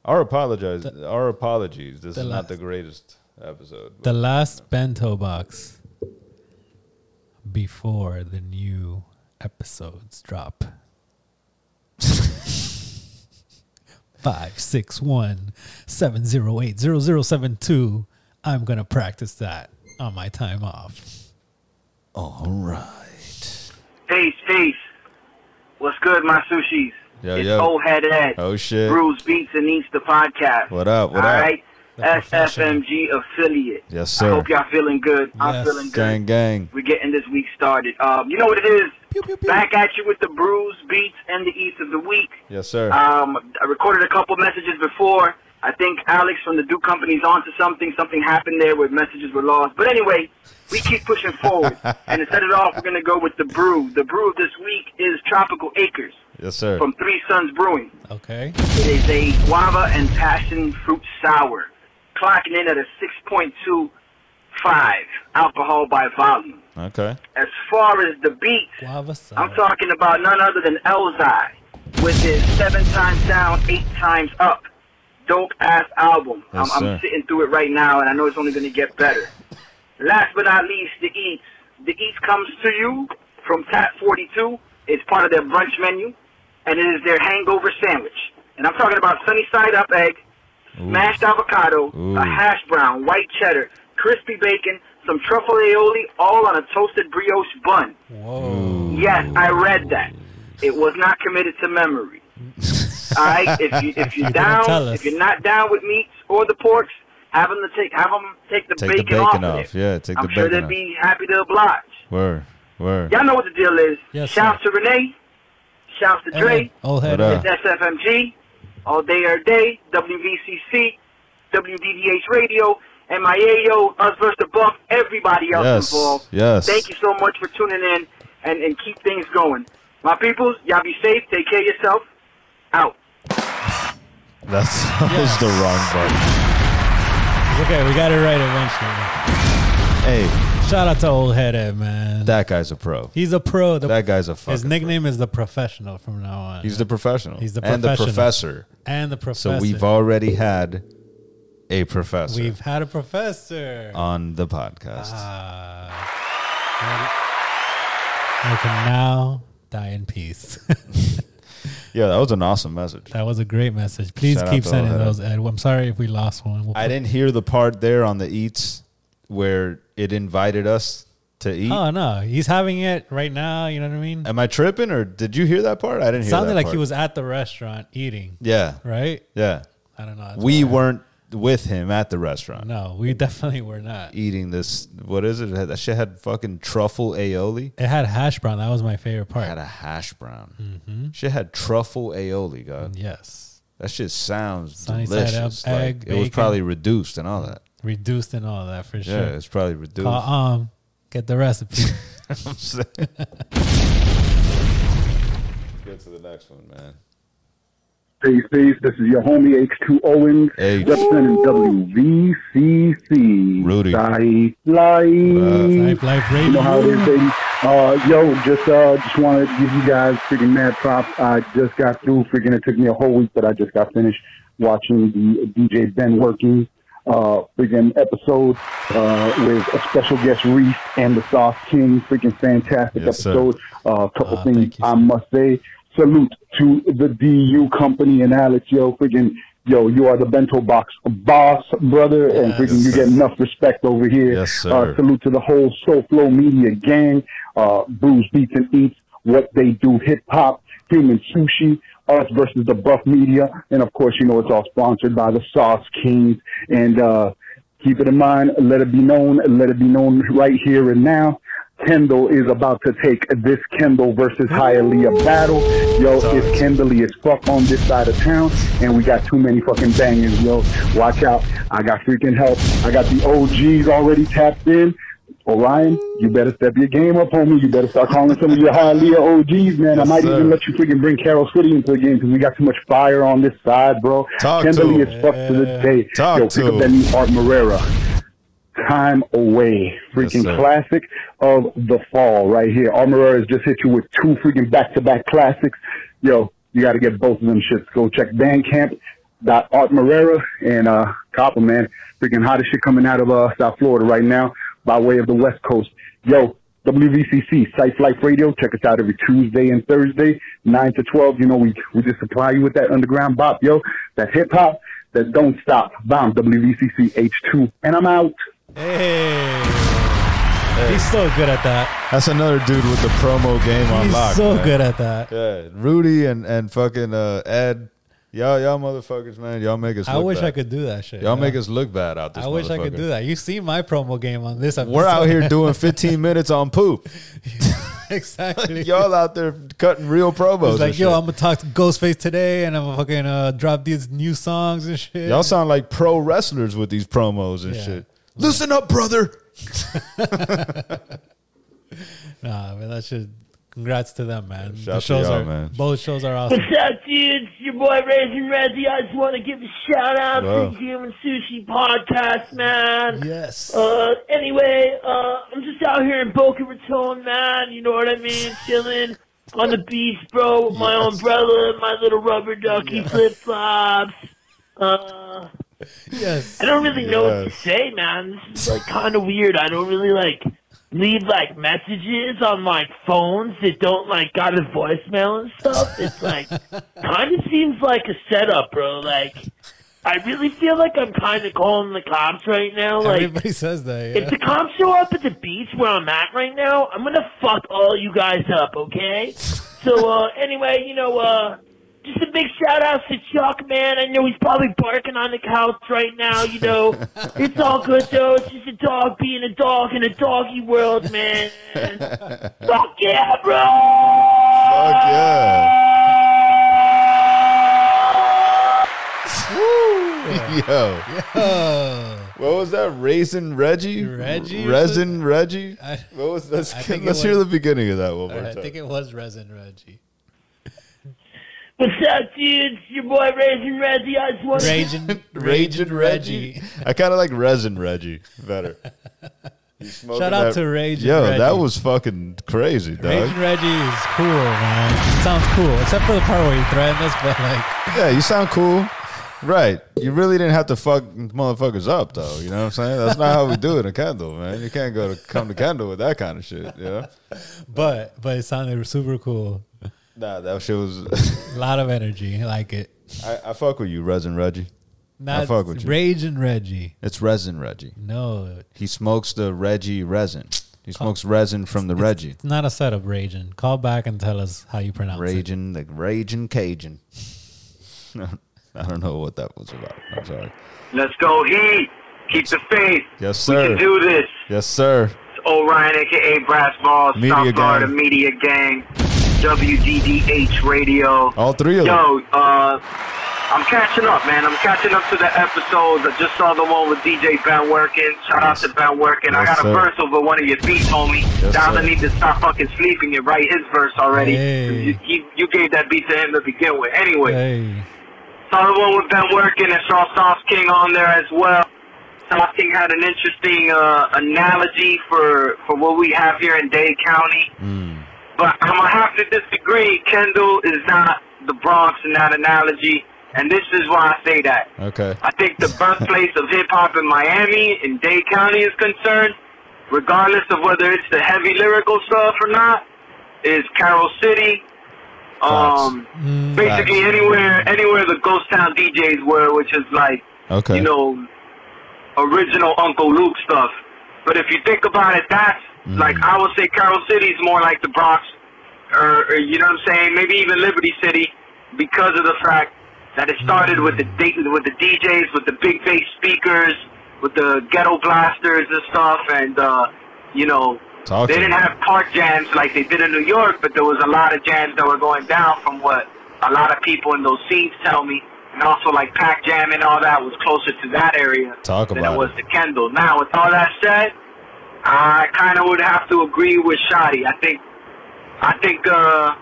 Our apologize. our apologies. This the is last- not the greatest episode. The but last bento box before the new episodes drop. Five six one seven zero eight zero zero seven two. I'm gonna practice that on my time off. All right. Peace, peace. What's good, my sushis? Yo, it's yo. old head Ed. Oh shit. Bruce Beats and Eats the podcast. What up? What All up? right, The professional. SFMG affiliate. Yes, I sir. hope y'all feeling good. I'm Yes. feeling good. Gang, gang. We're getting this week started. Um, you know what it is? Pew, pew, pew. Back at you with the brews, beats, and the eats of the week. Yes, sir. Um, I recorded a couple messages before. I think Alex from the Duke Company's onto something. Something happened there where messages were lost. But anyway, we keep pushing forward. and to set it off, we're going to go with the brew. The brew this week is Tropical Acres yes, sir. from Three Suns Brewing. Okay. It is a guava and passion fruit sour, clocking in at a 6.25 alcohol by volume. Okay. As far as the beats, Guava I'm salad. talking about none other than Elzai with his seven times down, eight times up. Dope ass album. Yes, I'm, sir. I'm sitting through it right now, and I know it's only going to get better. Last but not least, the Eats. The Eats comes to you from Tap 42. It's part of their brunch menu, and it is their hangover sandwich. And I'm talking about sunny side up egg, smashed avocado, Ooh. a hash brown, white cheddar, crispy bacon, some truffle aioli, all on a toasted brioche bun. Whoa. Yes, I read that. It was not committed to memory. All right, if you if you're You didn't tell down, us. if you're not down with meats or the porks, have them to take have them take the Take bacon, the bacon of off. it. Yeah, take I'm the sure bacon they'd off. be happy to oblige. Word, word. Y'all know what the deal is. Yes, Shouts to Renee. Shouts to Dre. Ed, old head. What up? It's SFMG, all day, every day, WVCC, WDDH Radio, MIAO, us versus the bump, everybody else Yes, involved. yes. Thank you so much for tuning in and, and keep things going. My peoples, y'all be safe. Take care of yourself. Out. That's that was the wrong button. It's Okay, we got it right eventually. Hey, Shout out to old head, Ed, man. that guy's a pro. He's a pro. The, That guy's a fucking. his nickname is the professional from now on. He's the professional. He's the and the professional. professor. and the So professor. we've already had a professor We've had a professor. on the podcast. Ah. I can now die in peace. yeah, that was an awesome message. that was a great message. Please Shout out keep to sending Ed. those, Ed. I'm sorry if we lost one. We'll I put- didn't hear the part there on the eats where it invited us to eat. Oh no, he's having it right now. You know what I mean? Am I tripping or did you hear that part? I didn't hear. sounded that like part. he was at the restaurant eating, Yeah, right? yeah. I don't know. That's We why I- weren't with him at the restaurant No, we definitely were not. eating this. What is it? That shit had fucking truffle aioli. It had hash brown. That was my favorite Had part. a hash brown. Mm-hmm. Shit had truffle aioli, God. Yes, That shit sounds Sunny side up, delicious. like, egg, it was bacon. probably reduced and all that. reduced and all that for Yeah, sure. it's probably reduced. Call um, get the recipe. I'm saying. Let's get to the next one, man. Peace, peace. This is your homie H2 Owens, H. representing WVCC. Rudy. Life, Life, life. life You know how it is, radio. baby. Uh, yo, just uh, just want to give you guys freaking mad props. I just got through freaking. It took me a whole week, but I just got finished watching the DJ Ben working uh, freaking episode uh, with a special guest Reese and the Sauce King. Freaking fantastic Yes, sir. episode. Uh, a couple Ah, things thank you, I sir. must say. Salute to the DU company and Alex, yo, freaking, yo, you are the bento box boss, brother, and freaking, you get enough respect over here. Yes, sir. Uh, salute to the whole Soul Flow Media gang, uh, Bruce Beats and Eats, what they do, hip hop, human sushi, us versus the Buff Media, and of course, you know, it's all sponsored by the Sauce Kings. And uh, keep it in mind, let it be known, let it be known right here and now. Kendall is about to take this Kendall versus Hialeah battle. Yo, it's Kendall as fuck on this side of town, and we got too many fucking bangers, yo. Watch out. I got freaking help. I got the OGs already tapped in. Orion, you better step your game up, homie. You better start calling some of your Hialeah OGs, man. I might even let you freaking bring Carroll City into the game because we got too much fire on this side, bro. Talk to Kendall him. is fuck to this day. Talk yo, to pick up him. that new Art Marrera. Time Away. Freaking sir. classic of the fall right here. Armorer has just hit you with two freaking back to back classics. Yo, you got to get both of them shits. Go check Bandcamp. Dot Art Marrera and uh, Copper Man, freaking hottest shit coming out of uh, South Florida right now by way of the West Coast. Yo, WVCC Sites Life Radio. Check us out every Tuesday and Thursday, nine to twelve. You know we we just supply you with that underground bop, yo, that hip hop that don't stop. Bomb WVCC H2, and I'm out. Hey. He's so good at that. That's another dude with the promo game on He's lock. so man. good at that. Yeah, Rudy and and fucking uh, Ed, y'all y'all motherfuckers, man, y'all make us. I look wish bad. I could do that shit. Y'all yeah. make us look bad out this. I wish I could motherfucker. do that. You see my promo game on this. Episode. We're out here doing 15 minutes on poop. exactly. Y'all out there cutting real promos. It's and like, shit. yo, I'm gonna talk to Ghostface today, and I'm gonna fucking uh, drop these new songs and shit. Y'all sound like pro wrestlers with these promos and Yeah. shit. Listen up, brother. Nah, man, that shit. Congrats to them, man. shout the to shows y'all, are man. both shows are awesome. What's up, dudes? Your boy Raising Rezzy. I just want to give a shout out Wow. to the Human Sushi Podcast, man. Yes. Uh, anyway, uh, I'm just out here in Boca Raton, man. You know what I mean? Chilling on the beach, bro, with my umbrella, my little rubber ducky flip flops. Uh, yes. I don't really know what to say, man. This is like kind of weird. I don't really like leave like messages on my phones that don't like got a voicemail and stuff. It's like kind of seems like a setup, bro. Like I really feel like I'm kind of calling the cops right now. Like, Everybody says that. if Yeah. the cops show up at the beach where I'm at right now, I'm gonna fuck all you guys up, okay? so uh anyway, you know, uh just a big shout out to Chuck, man. I know he's probably barking on the couch right now, you know. it's all good though, it's just a dog being a dog in a doggy world, man. fuck yeah, bro! Fuck yeah. Yo, Oh, what was that? Raisin Reggie? Reggie or Resin Reggie? I- What was let's, I think it let's hear the was- beginning of that one more I time. think it was resin Reggie. What's up, dudes? Your boy Raging Reggie. I just want to Raging, Raging raging Reggie. I kind of like Resin Reggie better. Shout out to Raging Yo, Reggie. that was fucking crazy, dog. Raging Reggie is cool, man. Sounds cool, except for the part where he threatened us. But like, Yeah, you sound cool. Right. You really didn't have to fuck motherfuckers up though. You know what I'm saying? That's not how we do it in Kendall, man. You can't go to come to Kendall with that kind of shit, you know? but but it sounded super cool. Nah, that shit was A lot of energy. I like it. I, I fuck with you, Resin Reggie. Not fuck with you. Raging Reggie. It's resin Reggie. No, He smokes the Reggie resin. He smokes resin from the Reggie. it's not a setup. Raging. Call back and tell us how you pronounce it. Raging, like raging Cajun. I don't know what that was about. I'm sorry. Let's go, Heat. Keep the faith. Yes, We sir. can do this. Yes, sir. It's Orion, aka Brass Balls, Media South Florida Gang. Media Gang, WDDH Radio. All three of them. Yo, uh, I'm catching up, man. I'm catching up to the episodes. I just saw the one with DJ Ben Working. Shout out to Ben Working. I Yes, got sir. a verse over one of your beats, homie. Yes, Down sir. the need to stop fucking sleeping and write his verse already. Hey. You, he, you gave that beat to him to begin with. Anyway, Hey, Saw the one with Ben Working and saw Sauce King on there as well. Sauce King had an interesting uh, analogy for, for what we have here in Dade County. Mm. But I'm going to have to disagree. Kendall is not the Bronx in that analogy. And this is why I say that. Okay. I think the birthplace of hip hop in Miami, in Dade County, is concerned, regardless of whether it's the heavy lyrical stuff or not, is Carroll City. Um, basically anywhere, anywhere the Ghost Town DJs were, which is like Okay. you know, original Uncle Luke stuff. But if you think about it, that's like I would say Carroll City's more like the Bronx, or, or you know what I'm saying, maybe even Liberty City, because of the fact that it started with the D- with the DJs, with the big bass speakers, with the ghetto blasters and stuff, and uh, you know. Talk they to didn't me. have park jams like they did in New York, but there was a lot of jams that were going down from what a lot of people in those scenes tell me. And also like pack jam and all that was closer to that area Talk than about it was it. to Kendall. Now with all that said, I kinda would have to agree with Shotty. I think I think uh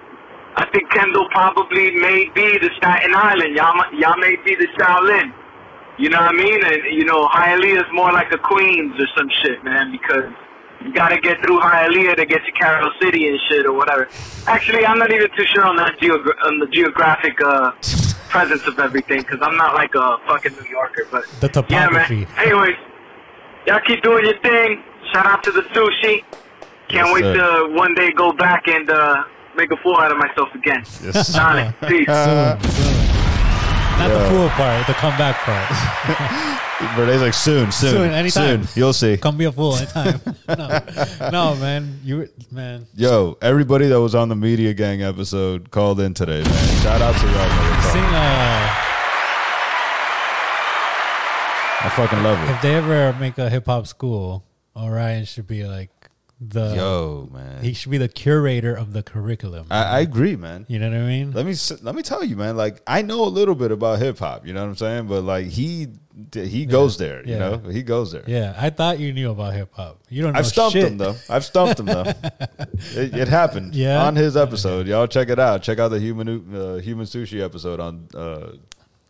I think Kendall probably may be the Staten Island. Y'all mi- y'all may be the Shaolin. You know what I mean? And you know, Hialeah is more like a Queens or some shit, man, because you gotta get through Hialeah to get to Carroll City and shit or whatever. Actually, I'm not even too sure on that geogra- on the geographic uh, presence of everything because I'm not like a fucking New Yorker, but The Yeah, topography. man. Anyways, y'all keep doing your thing. Shout out to the sushi. Can't Yes, wait sir. to one day go back and uh, make a fool out of myself again. Yes. Sonic, peace. Uh, So, not the fool part, the comeback part. Verde's like soon, soon, Soon, anytime. soon. You'll see. Come be a fool anytime. No, no, man. You man. Yo, everybody that was on the Media Gang episode called in today, man. Shout out to y'all. Sing. motherfucker. Uh, I fucking love it. if they ever make a hip hop school, Orion should be like the. Yo, Uh, man. uh, He should be the curator of the curriculum. I, I agree, man. you know what I mean? Let me s- let me tell you, man. Like I know a little bit about hip hop. You know what I'm saying? But like he he goes there. You Yeah. know he goes there. Yeah, I thought you knew about hip hop. You don't. Know I've stumped shit. him though. I've stumped him though. it, it happened. Yeah? On his episode, y'all check it out. Check out the human uh, human sushi episode on uh,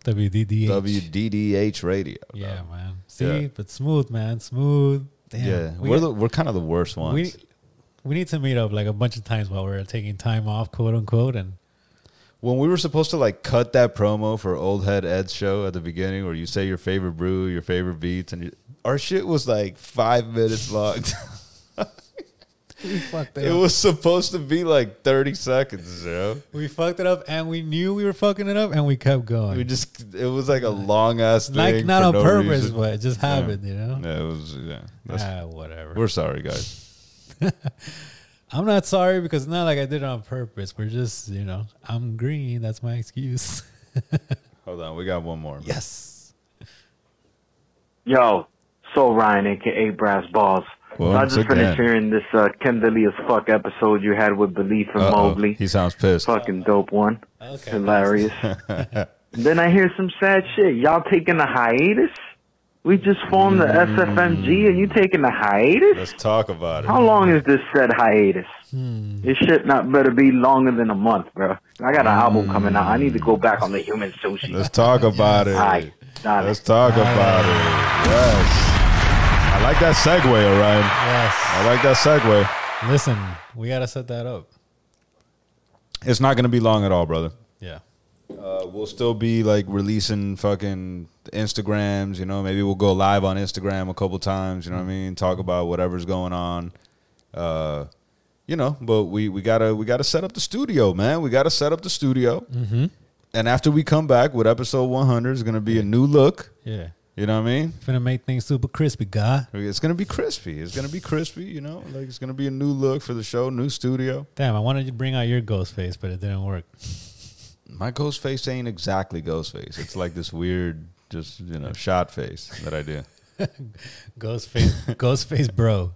WDDH. WDDH radio. Yeah, man. See, Uh, Yeah. but smooth, man, smooth. Damn. Yeah, We, we're the, we're kind of the worst ones. we we need to meet up like a bunch of times while we're taking time off, quote unquote, and when we were supposed to like cut that promo for Old Head Ed's show at the beginning, where you say your favorite brew, your favorite beats, and you, our shit was like five minutes long. we fucked it, It up. was supposed to be like 30 seconds, you know? we fucked it up, and we knew we were fucking it up, and we kept going. We just, it was like a long ass thing. like not for on no purpose, reason. but it just happened, you know. Yeah, it was, yeah. That's- Ah, whatever. We're sorry, guys. I'm not sorry because it's not like I did it on purpose. We're just, you know, I'm green. That's my excuse. Hold on, we got one more. man. yes. Yo, Soul Ryan, aka Brass Balls. Well, so I it's just again. finished hearing this uh, Kim Daly as fuck episode you had with Belief and Uh-oh, Mobley. He sounds pissed. Fucking dope one. Okay. Hilarious. then I hear some sad shit. Y'all taking a hiatus? We just formed the SFMG and you taking a hiatus? Let's talk about it. How long is this said hiatus? This shit not better be longer than a month, bro. I got an album coming out. I need to go back on the human sushi. Let's talk about it. Alright, got it. Let's talk about it. Yes. I like that segue, Orion. Yes. I like that segue. Listen, we gotta set that up. It's not going to be long at all, brother. Yeah. Uh, we'll still be like releasing fucking Instagrams, you know. Maybe we'll go live on Instagram a couple times, you know what I mean? Talk about whatever's going on. Uh, you know, but we we gotta we gotta set up the studio, man. We gotta set up the studio. Mm-hmm. And after we come back with episode 100, is gonna be a new look. Yeah. You know what I mean? Finna make things super crispy, guy. It's gonna be crispy. It's gonna be crispy. You know, like it's gonna be a new look for the show, new studio. Damn, I wanted to bring out your ghost face, but it didn't work. My ghost face ain't exactly ghost face. It's like this weird, just you know, shot face that I do. Ghost face, ghost face, bro.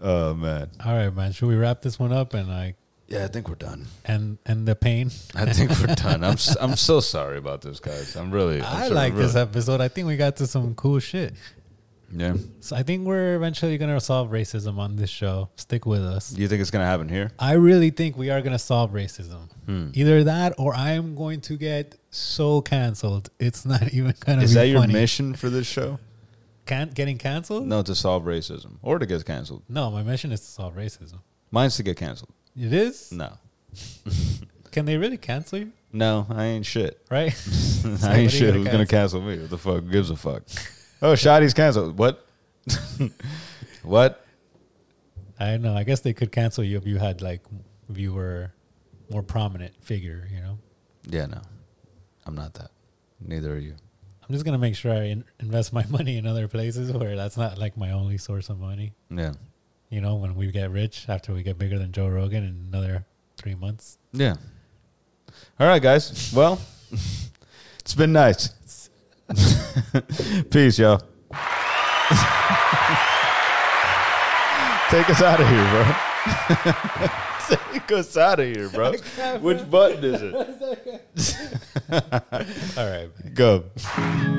Oh man, All right, man. Should we wrap this one up and like yeah, I think we're done. and and the pain? I think we're done. I'm s- I'm so sorry about this, guys. I'm really. I'm I so- like this really- episode. I think we got to some cool shit. Yeah, So I think we're eventually gonna solve racism on this show. Stick with us. you think it's gonna happen here? I really think we are going to solve racism. Hmm. Either that or I am going to get so canceled. It's not even going to be Is that your funny. mission for this show? Can- getting canceled? No, to solve racism or to get canceled. No, my mission is to solve racism. Mine's to get canceled. It is? No, Can they really cancel you? no, I ain't shit. Right? I ain't Somebody shit. gonna Who's gonna cancel me? What the fuck? Who gives a fuck? Oh, Shotty's canceled. What? what? I don't know. I guess they could cancel you if you had like if you were more prominent figure, you know. Yeah, no, I'm not that. Neither are you. I'm just going to make sure I in- invest my money in other places where that's not like my only source of money. Yeah, You know, when we get rich after we get bigger than Joe Rogan in another 3 months. yeah. All right, guys. Well, it's been nice. Peace, y'all. Take us out of here, bro. Take us out of here, bro. Which button is it? All right. Go.